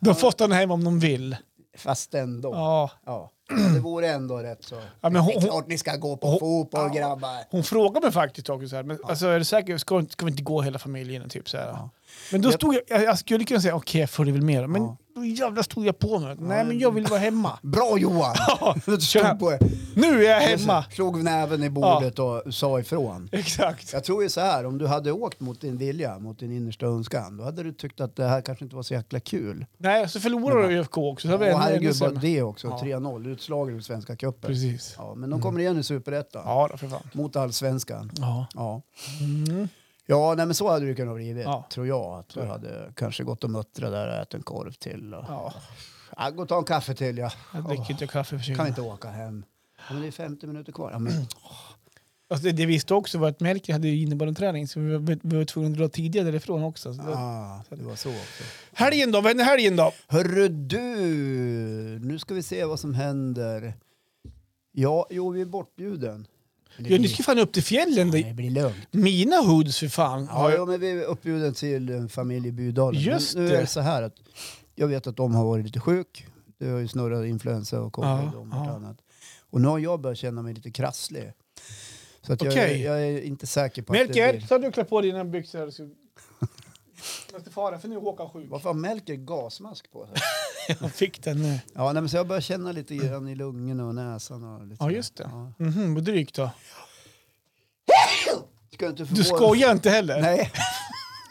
De får stanna hemma om de vill.
Fast ändå. Ja.
Ja.
Det vore ändå rätt så.
Ja, men
det
hon-
är klart ni ska gå på
hon-
fotboll
Ja.
grabbar.
Hon frågade mig faktiskt också så här, men alltså, är du säker, ska, ska vi inte gå hela familjen? Och Typ, så här.
Ja.
Men då
Jag-
stod jag, jag, jag skulle kunna säga okej jag följer väl med då, men
Ja.
då jävlar stod jag på mig. Nej men jag vill vara hemma.
Bra Johan!
Ja,
Du
tjena.
stod på er.
nu är jag hemma!
Slog näven i bordet och sa ifrån.
Exakt.
Jag tror ju så här, om du hade åkt mot din vilja, mot din innersta önskan, då hade du tyckt att det här kanske inte var så jäkla kul.
Nej, så förlorade du ÖFK också. Så det var
Och
ännu- ännu
herregud, bara
sämre.
det också.
Ja.
3-0, utslagen ur Svenska cupen.
Precis. Mm.
Ja, men de kommer igen i Superettan,
Ja då, för fan.
mot Allsvenskan.
Ja.
Ja.
Mm.
Ja, nej, men så hade det kunnat blivit,
Ja.
tror jag. Att
är
du
det.
hade kanske gått och muttrat där och ätit en korv till. Och... Ja.
ja.
gå och ta en kaffe till, ja.
Jag dricker inte kaffe för sig.
Kan inte åka hem. Ja, men det är 50 minuter kvar. Ja, men...
Alltså, det, det visste också var att Melker hade ju innebandyträning så vi var, vi var tvungna att dra tidigare därifrån också. Så då.
ah, det var så också.
Helgen då, vad händer helgen då?
Hörru du, nu ska vi se vad som händer. Ja, jo, vi är bortbjuden. Men det
Ja, ni
blir-
ska fan upp till fjällen.
Ja,
Det-
det blir lugnt.
Mina hoods för fan.
Ja, jo, men vi är uppbjuden till en familj i Bydalen.
Just
men nu
det.
är det så här att jag vet att de har varit lite sjuk. Det har ju snurrat influensa och covid
Ja,
och
ja.
annat. Och nu har jag börjat känna mig lite krasslig. Så att jag,
Okej.
jag är inte säker på att det
Melker,
blir...
så har du klä på dina byxor. Så... Måste fara, för nu är Håkan sjuk.
Varför har Melker gasmask på sig?
Jag fick den nu.
ja, nej, men så jag börjar känna lite grann i lungorna och näsan. Och lite
Ja,
så.
just det.
Ja.
Mhm, vad drygt då.
Ska inte
Du
förvåna-
skojar inte heller?
Nej.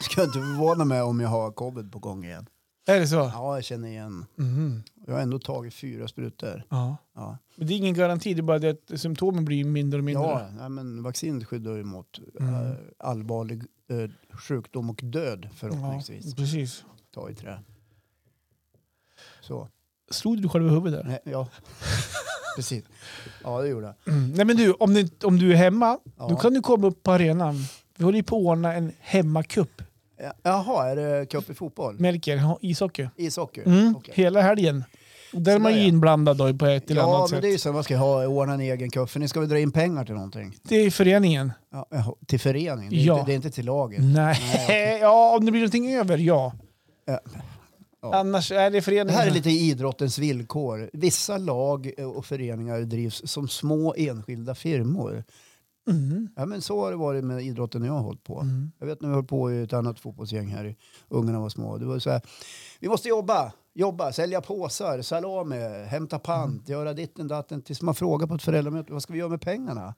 Ska inte förvåna mig om jag har covid på gång igen.
Är det så?
Ja, jag känner igen.
Mhm.
Jag har ändå tagit fyra sprutor.
Ja.
Ja,
Men det är ingen garanti, det är bara det att symptomen blir mindre och mindre.
ja nej, men vaccinet skyddar ju mot
Mm.
eh, allvarlig eh, sjukdom och död förhoppningsvis.
Ja, precis.
Ta i trä. Så.
Slog du själv i huvudet där?
Nej, ja. Precis. Ja, det gjorde jag.
Mm. Nej men du, om du, om du är hemma,
Ja.
då kan du komma upp på arenan. Vi håller ju på att ordna en hemmacup.
Ja, Jaha, är det cup i fotboll?
Melker, ja, ishockey.
Ishockey?
Mm.
Okej.
Hela helgen. Och Där är man ju
Sådär, ja.
inblandad då på ett eller
ja,
annat
men
sätt.
det är ju så. Man ska ha, ordna en egen cup, för ni ska väl dra in pengar till någonting?
Det är föreningen.
Ja, jaha, till föreningen? Det är,
Ja. Mm.
inte, det är inte till laget?
Nej,
Nej, okej.
ja, om det blir någonting över, ja.
Ja. Ja.
Annars är det
Det
föreningen.
här är lite idrottens villkor. Vissa lag och föreningar drivs som små enskilda firmor.
Mm.
Ja, men så har det varit med idrotten när jag har hållit på.
Mm.
Jag vet när vi höll på i ett annat fotbollsgäng här, i- ungarna var små. Det var så här, vi måste jobba, jobba, sälja påsar, salami, hämta pant,
Mm.
göra ditten datten. Tills man frågar på ett föräldramöte, vad ska vi göra med pengarna?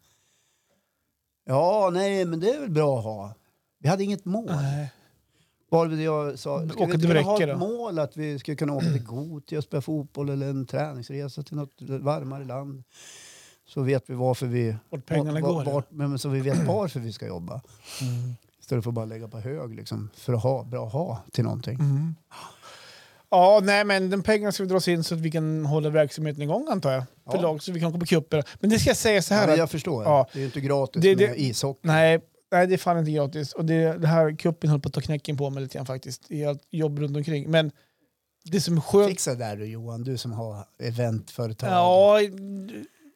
Ja, nej, men det är väl bra att ha. Vi hade inget mål.
Nej.
Bara det jag sa,
Åka
ska vi inte
till
kunna ha
Bräcke
ett
då?
mål att vi skulle kunna åka till Gothia och spela fotboll eller en träningsresa till något varmare land? Så vet vi varför vi...
Vart pengarna
vart-
går.
vart- men men så vi vet varför vi ska jobba.
Mm.
Istället för att bara lägga på hög liksom, för att ha bra att ha till någonting.
Mm. Ja, nej men den pengarna ska vi dras in så att vi kan hålla verksamheten igång antar jag. För
Ja.
lag så vi kan gå på cuper. Men det ska jag säga så
Ja,
här.
men
att-
jag förstår.
ja.
Det är ju inte gratis
Det-
med
det-
ishockey.
Nej, nej, det är fan inte gratis. Och det, det här cupen höll på att ta knäcken på mig lite grann faktiskt. I allt jobb runt omkring. Men det som är skönt...
Fixa där du Johan, du som har eventföretag.
Ja,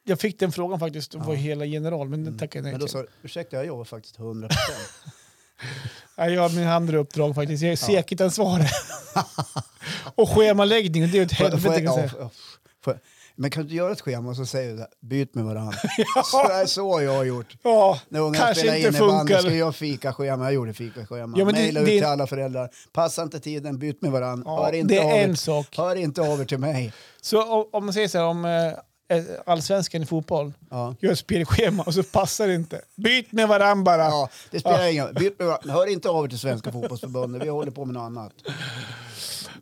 jag fick den frågan faktiskt och var
Ja.
hela general, men den
Mm.
tackade jag
Men
nej
då
till.
sa du, ursäkta jag jobbar faktiskt 100 procent.
Nej, Jag har mina andra uppdrag faktiskt. Jag är säkerhetsansvarig. och schemaläggning, det är ju ett helvete kan jag säga.
men kan du inte göra ett schema och så säger du så här, byt med varandra. Så är så har jag har gjort.
Ja,
När ungarna
kanske
spelar
inte
innebandy
funkar.
ska jag fikaschema. Jag gjorde fikaschema.
Ja,
Ja,
men det-
Maila ut
det-
till alla föräldrar. Passa inte tiden, byt med varandra.
Ja,
hör, inte
det
av
är en
er,
sak.
hör inte av er till mig.
Så om- om man säger så här om eh, allsvenskan i fotboll,
Ja.
gör ett spelschema och så passar det inte. Byt med varandra bara.
Ja, det spelar ingen roll. Byt med varandra. Hör inte av er till Svenska fotbollsförbundet. Vi håller på med något annat.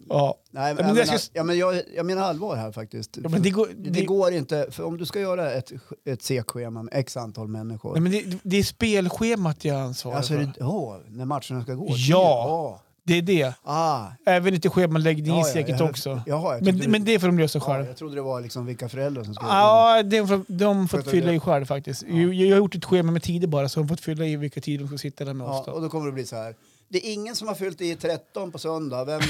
Ja.
Nej, men,
Ja, men
jag,
det
menar,
ska-
ja, men jag, jag menar allvar här faktiskt.
Ja, men det går-
det,
det-
går inte. För om du ska göra ett, ett C-schema med x antal människor.
Nej, men det, det är spelschemat jag ansvarar
alltså,
för.
är det, åh, när matcherna ska gå?
Ja.
Ja.
Det är det.
Ah.
Även lite schemaläggning
Ja,
är
ja,
säkert
jag-
också.
Jaha, jag
men,
trodde du-
men det får de lösa
Ja,
själva.
jag trodde det var liksom vilka föräldrar som skulle...
Ja, det får, de får
Sköter
fylla
det.
i själv faktiskt. Jag, jag har gjort ett schema med tider bara, så de har fått fylla i vilka tider de ska sitta där med
Ja,
oss. Då.
och då kommer det bli så här. Det är ingen som har fyllt i 13 på söndag. Vem?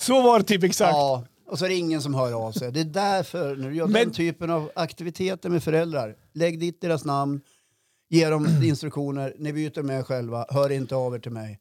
Så var det typ exakt.
Ja, och så är det ingen som hör av sig. Det är därför när du gör
Men-
den typen av aktiviteter med föräldrar, lägg dit deras namn, ge
Mm.
dem instruktioner, ni byter med er själva, hör inte av er till mig.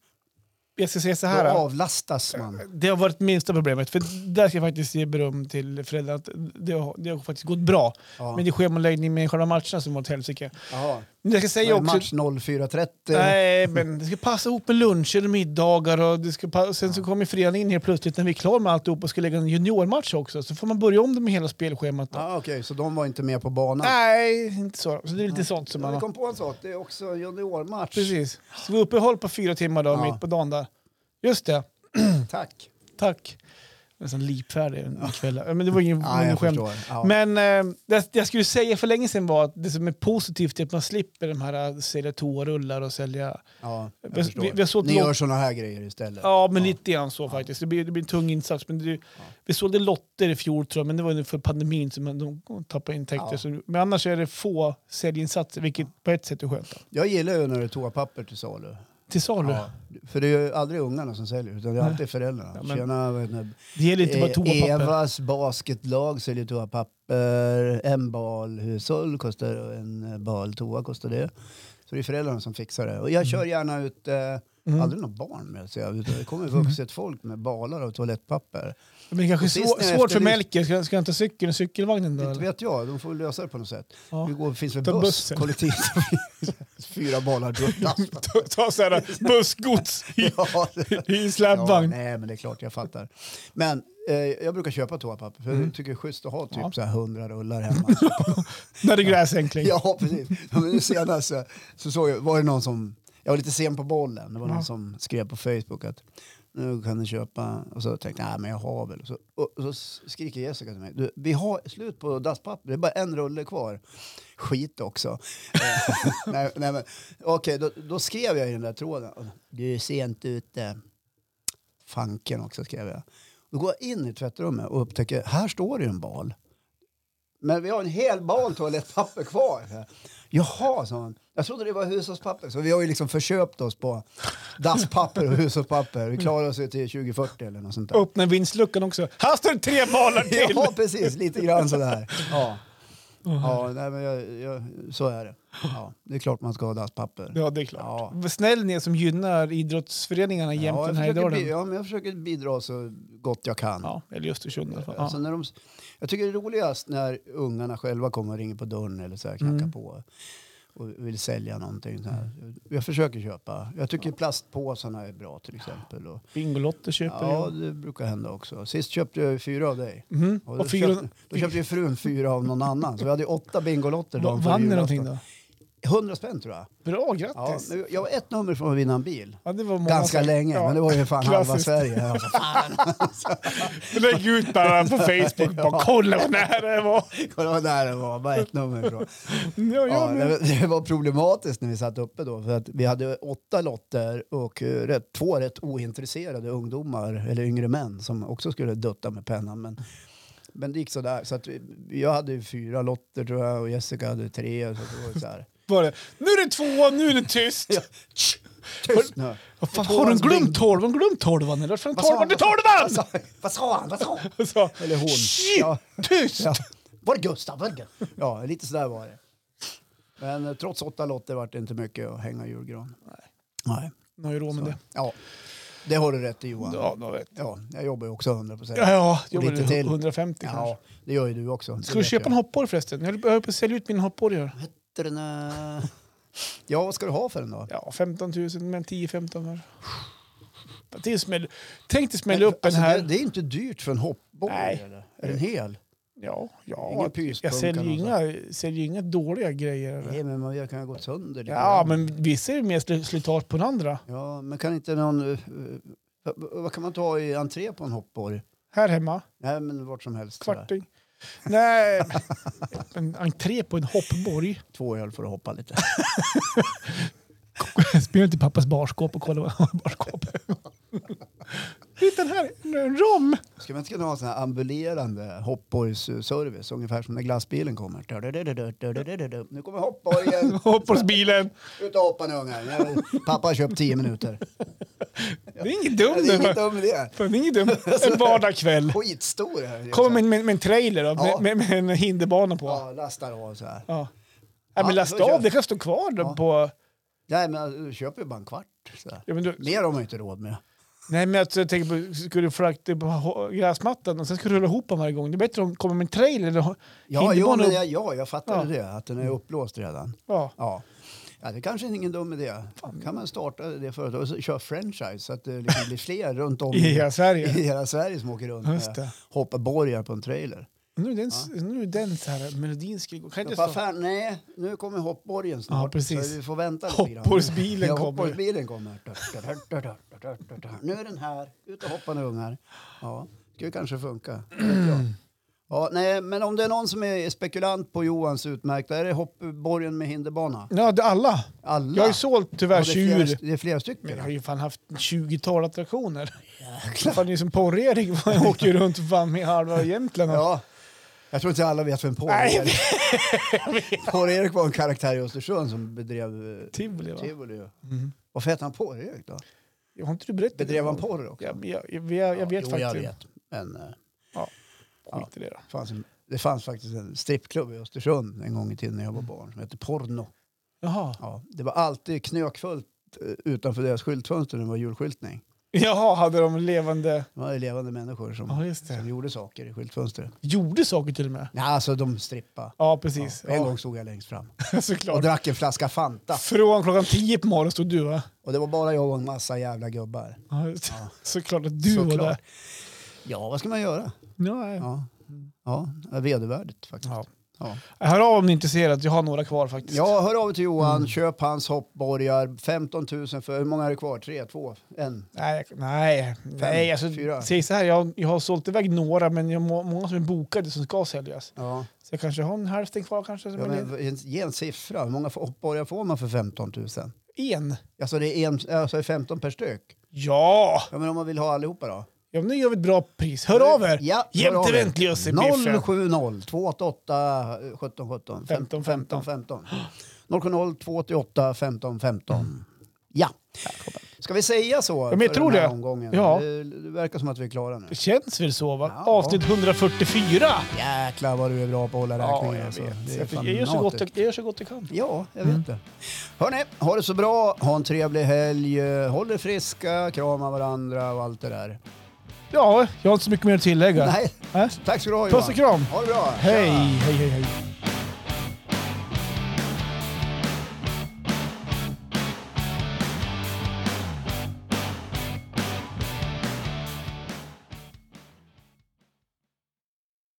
Jag ska säga så
Då
här.
avlastas man.
Det har varit minsta problemet. För där ska jag faktiskt ge beröm till föräldrarna. att Det har, det har faktiskt gått bra.
Ja.
Men det är schemaläggning med själva matcherna som var åt helsike.
Jaha.
Men jag ska
Det
säga
är
också...
match 04.30.
Nej, men det ska passa ihop med luncher och middagar. Och det ska pa- sen så kommer föreningen helt plötsligt när vi är klara med alltihop och ska lägga en juniormatch också. Så får man börja om det med hela spelschemat. Då.
Ah, Okej, så de var inte med på banan.
Nej, inte så. Så det är lite sånt som
Ja,
man
vi
har.
kom på en sak, det är också en juniormatch.
Precis. Så vi är uppehåll på fyra timmar då,
Ja.
mitt på dagen där. Just det.
Tack.
Mm, Tack. Nästan lipfärdig en kväll. Ja, Men det var ingen,
Ja,
ingen
jag
skämt.
förstår. Ja.
Men eh, det jag skulle säga för länge sedan var att det som är positivt är att man slipper de här eh, sälja toarullar och sälja...
Ja, jag
Vi-
förstår.
vi- vi har sålt
Ni
lång-
gör såna här grejer istället.
Ja, men lite grann så faktiskt. Det blir, det blir en tung insats. Men det, Vi sålde lotter i fjol tror jag, men det var ju för pandemin så man, de tappade intäkter.
Ja.
Så, men annars är det få säljinsatser, vilket på ett sätt är skönt. då.
Jag gillar ju när det är toapapper till salu.
Till salu.
Ja. För det är ju aldrig ungarna som säljer, utan det är alltid föräldrarna.
Ja, men-
Tjena, vad heter
Det gäller inte bara
det?
toapapper.
E- Evas basketlag säljer toapapper. En bal hushåll kostar och en bal toa kostar det. Så det är föräldrarna som fixar det.
Mm.
Och jag kör gärna ut, eh, aldrig något barn med ser jag, utan det kommer vuxet folk med balar och toalettpapper.
Men Mm. det kanske är
Och sist
svår,
när jag
svårt för
efterlyste-
Melker. Ska, ska jag inte ha cykeln och cykelvagnen då?
Inte
eller?
vet jag, de får väl lösa det på något sätt.
Ja.
Det går, finns väl
Ta
buss,
bussen.
kollektivtrafik. Fyra balar dubblas.
Ta, ta så här bussgods i,
Ja,
i
Ja,
släpvagn.
nej, men det är klart jag fattar. Men eh, jag brukar köpa toapapper för jag tycker det är schysst att ha typ
Mm. Ja.
så här 100 rullar hemma.
när det är gräsänkling.
ja, precis. Ja, Men det senaste så såg jag, var det någon som, jag var lite sen på bollen, det var någon
Ja.
som skrev på Facebook att nu kan du köpa. Och så tänkte jag, nej men jag har väl. Och så, och, och så skriker Jessica till mig, du, vi har slut på dasspapper, det är bara en rulle kvar. Skit också. Eh, nej, nej, men, Okej, då, då skrev jag i den där tråden, och, du är sent ute. Fanken också skrev jag. Då går jag in i tvättrummet och upptäcker, här står det ju en bal. Men vi har en hel bal toalettpapper kvar. Jaha, sa han. Jag trodde det var hushållspapper. Så vi har ju liksom förköpt oss på dasspapper och hushållspapper. Vi klarar oss ju till 2040 eller något sånt där.
Öppna vindsluckan också. Här står det tre balar till! Mm.
Ja, precis. Lite grann sådär. Ja, ja nej, men jag, jag, så är det. Ja, det är klart man ska ha dasspapper.
Ja, det är klart. Snäll ni som gynnar idrottsföreningarna i
Ja, jag,
Jämtland här i
försöker bi-
Dalen.
ja, men jag försöker bidra så gott jag kan.
Ja, eller i Östersund i alla fall.
Alltså
Ja.
när de, jag tycker det är roligast när ungarna själva kommer och ringer på dörren eller så här, knackar
Mm.
på och vill sälja någonting. Så här. Jag försöker köpa. Jag tycker plastpåsarna är bra till exempel. Och,
Bingolotter köper
ja,
jag.
det brukar hända också. Sist köpte jag ju fyra av dig.
Mhm.
Och då,
Och fyra...
köpte, då köpte ju frun fyra av någon annan. Så vi hade ju åtta bingolotter. dagen
Vad
före
Vann ni
julafton.
någonting då?
100 spänn tror jag.
Bra,
Ja,
grattis!
men jag var ett nummer från att vinna en bil.
Ja, det var många
Ganska
som-
länge,
ja.
men det var ju fan halva
Klassiskt.
Sverige. Ja,
Lägg ut bara på Facebook. Bara, kolla vad nära det var!
Kolla vad nära det var, bara ett nummer ifrån.
Ja, jag
Ja,
med.
det, det var problematiskt när vi satt uppe då för att vi hade åtta lotter och eh, rätt, två rätt ointresserade ungdomar eller yngre män som också skulle dutta med pennan. Men, men det gick sådär. Så att vi, jag hade ju fyra lotter tror jag och Jessica hade tre. Så det var ju så här.
Var det. Nu är det två, nu är det tyst!
Ja. Tyst nu!
Vad fan,
Det är
har de
tvåans
glömt
bing.
tolvan? Har de glömt tolvan? Eller från
Vad sa han?
tolvan till tolvan?
Vad sa- Alltså, Vad sa han? Vad sa han?
Så.
Eller hon.
Shit,
Ja.
tyst!
Ja. Var det Gustav? Var det Gustav? Ja, lite sådär var det. Men eh, trots åtta lotter var det inte mycket att hänga julgran. Nej. Nej.
Nu har ju råd med det.
Ja, det har du rätt i Johan. Ja,
Ja, då vet jag.
jag jobbar ju också 100 procent.
Ja, ja, jag
lite
gjorde
till.
150 kanske.
Ja, det gör ju du också. det
Ska du
vet
köpa en
jag.
hoppborg förresten? Jag höll på att sälja ut min hoppborg här.
Heter den, eh, Ja, vad ska du ha för den då?
Ja, 15 000, men 10-15 här. Det är smäll... Tänk dig smälla upp en
Alltså,
här.
Det, det är inte dyrt för en hoppborg.
Nej.
Eller? Är den hel?
Ja, ja.
Ingen pyspunka
Jag säljer ju
någonstans.
inga, säljer ju inga dåliga grejer.
Nej, men man jag kan ju ha gått sönder. lite
Ja,
grann.
men vissa är ju mer sli- slitage på den andra.
ja, men kan inte någon... eh, eh, Vad kan man ta i entré på en hoppborg?
Här hemma,
Nej, men vart som helst. sådär.
kvarting. Nej, en entré på en hoppborg.
Två öl för att hoppa lite.
Spela inte i pappas barskåp och kolla vad han har i barskåpet. Titta här, en rom!
Ska man inte kunna ha sån här ambulerande hoppborgsservice? Ungefär som när glassbilen kommer. Du-du-du-du-du-du-du-du-du. Nu kommer hoppborgen!
Hoppborgsbilen.
Ut och hoppa nu ungar. Jag- Pappa har köpt tio minuter.
Det är inget
Ja,
dumt.
Det är inget Alltså,
Det
dumt med det.
är inget dumt. En vardagskväll.
Skitstor här.
Kommer med, med, med en trailer då,
Ja.
med, med, med en hinderbana på. Ja.
Ja, lastar av så här.
Nej, men
Ja,
lasta
då kör
av,
vi.
det kan stå kvar då
Ja.
på...
Nej, men du köper ju bara en kvart. Så här.
Ja, men du,
Mer har man ju inte råd med.
nej men alltså, jag tänker på, skulle du frakta på ho- gräsmattan och sen ska du rulla ihop den varje gång. Det är bättre om de kommer med en trailer eller ho-
Ja, jo,
hinderbana.
men
upp- Mm.
jag, ja jag fattade det. Att den är upplåst redan.
ja.
Ja. Ja, det kanske är ingen dum idé. kan man starta det företaget och så köra franchise så att det liksom blir fler runt om
I hela Sverige.
i hela Sverige som åker runt
Just
med
det.
hoppborgar på en trailer.
Nu är den, nu är den så här melodin ska gå. Kan
Men
inte
vad
stå?
fan, nej, nu kommer hoppborgen snart.
Ja, precis.
Så vi får vänta lite grann.
Hoppborgsbilen
ja,
kommer.
Hoppborgsbilen kommer. Dör, dör, dör, dör, dör, dör, dör. Nu är den här. Ut och hoppa nu ungar. Ja, skulle kanske funka. Vet jag. Ja, nej, men om det är någon som är spekulant på Johans utmärkta, är det hoppborgen med hinderbana?
Ja, det, alla.
Alla?
Jag har ju sålt tyvärr
Ja, det, är
tjur.
flera, det är flera
Men jag
stycken.
har ju fan haft 20-tal attraktioner. Fan, det är som Porr-Erik. Han åker ju runt fan med halva Jämtland.
Ja. Jag tror inte alla vet vem
Nej,
Porr-Erik Porr-Erik var en karaktär i Östersund som bedrev eh,
Tivoli, va? Mhm.
tivoli. Varför hette han Porr-Erik då?
Jag har inte du berättat
Bedrev han
det?
porr också?
Ja, men jag, jag, jag, jag vet
jo,
faktiskt
jag
inte.
vet. Men eh,
Skit i det då.
fanns en, det fanns faktiskt en strippklubb i Östersund en gång i tiden när jag var
Mm.
barn som hette Porno.
Jaha.
Ja, det var alltid knökfullt eh, utanför deras skyltfönster när det var julskyltning.
Jaha, hade de levande...
Det var ju levande människor som,
Ja, just
som
det.
gjorde saker i skyltfönstret.
Gjorde saker till och med.
Ja, alltså de strippa.
Ja,
Ja,
precis.
en
Ja,
gång stod jag längst fram och
såklart.
drack en flaska Fanta.
Från klockan 10 på morgonen stod du, va?
Och det var bara jag och en massa jävla gubbar.
Ja, just det. Såklart att du var
Såklart.
där.
Ja, vad ska man göra?
Ja, ja.
Ja, ja det är vedervärdigt faktiskt.
Ja.
Ja.
Hör av om ni är intresserade, jag har några kvar faktiskt.
Ja, hör av er till Johan,
Mm.
köp hans hoppborgar. 15 000 för, hur många är det kvar? Tre, två, en?
Nej, jag- nej, nej alltså,
fyra.
säg så här, jag, jag har sålt iväg några men jag må, många som är bokade som ska säljas.
Ja.
Så jag kanske har en hälften kvar kanske. som
Ja,
är
men, ge en siffra, hur många hoppborgar får man för 15 000?
En?
Alltså det är, en, alltså det är 15 per styck.
Ja!
Ja, men om man vill ha allihopa då?
ja men nu gör vi ett bra pris. Hör av er!
Ja, hör av
Jämte
er.
Ventlius i biffen.
070 288 17 17
15
15 15 070 288 15 15 Ja. Ska vi säga så
men jag
för
tror
den här
det.
omgången?
Ja.
Det, det verkar som att vi är klara nu.
Det känns väl så va?
Ja.
Avsnitt 144!
Jäklar vad du är bra på att hålla
Ja,
räkningen.
jag
alltså.
vet.
Det är
Jag, jag, gör så gott
fanatiskt.
jag, jag gör så gott jag kan.
Ja, jag vet det. Hörni, ha det så bra. Ha en trevlig helg. Håll er friska, krama varandra och allt det där.
Ja, jag har inte så mycket mer att tillägga.
Nej,
Nej.
tack ska du ha
Puss och
Johan.
kram.
Ha det bra.
Hej,
Tja.
hej, hej, hej.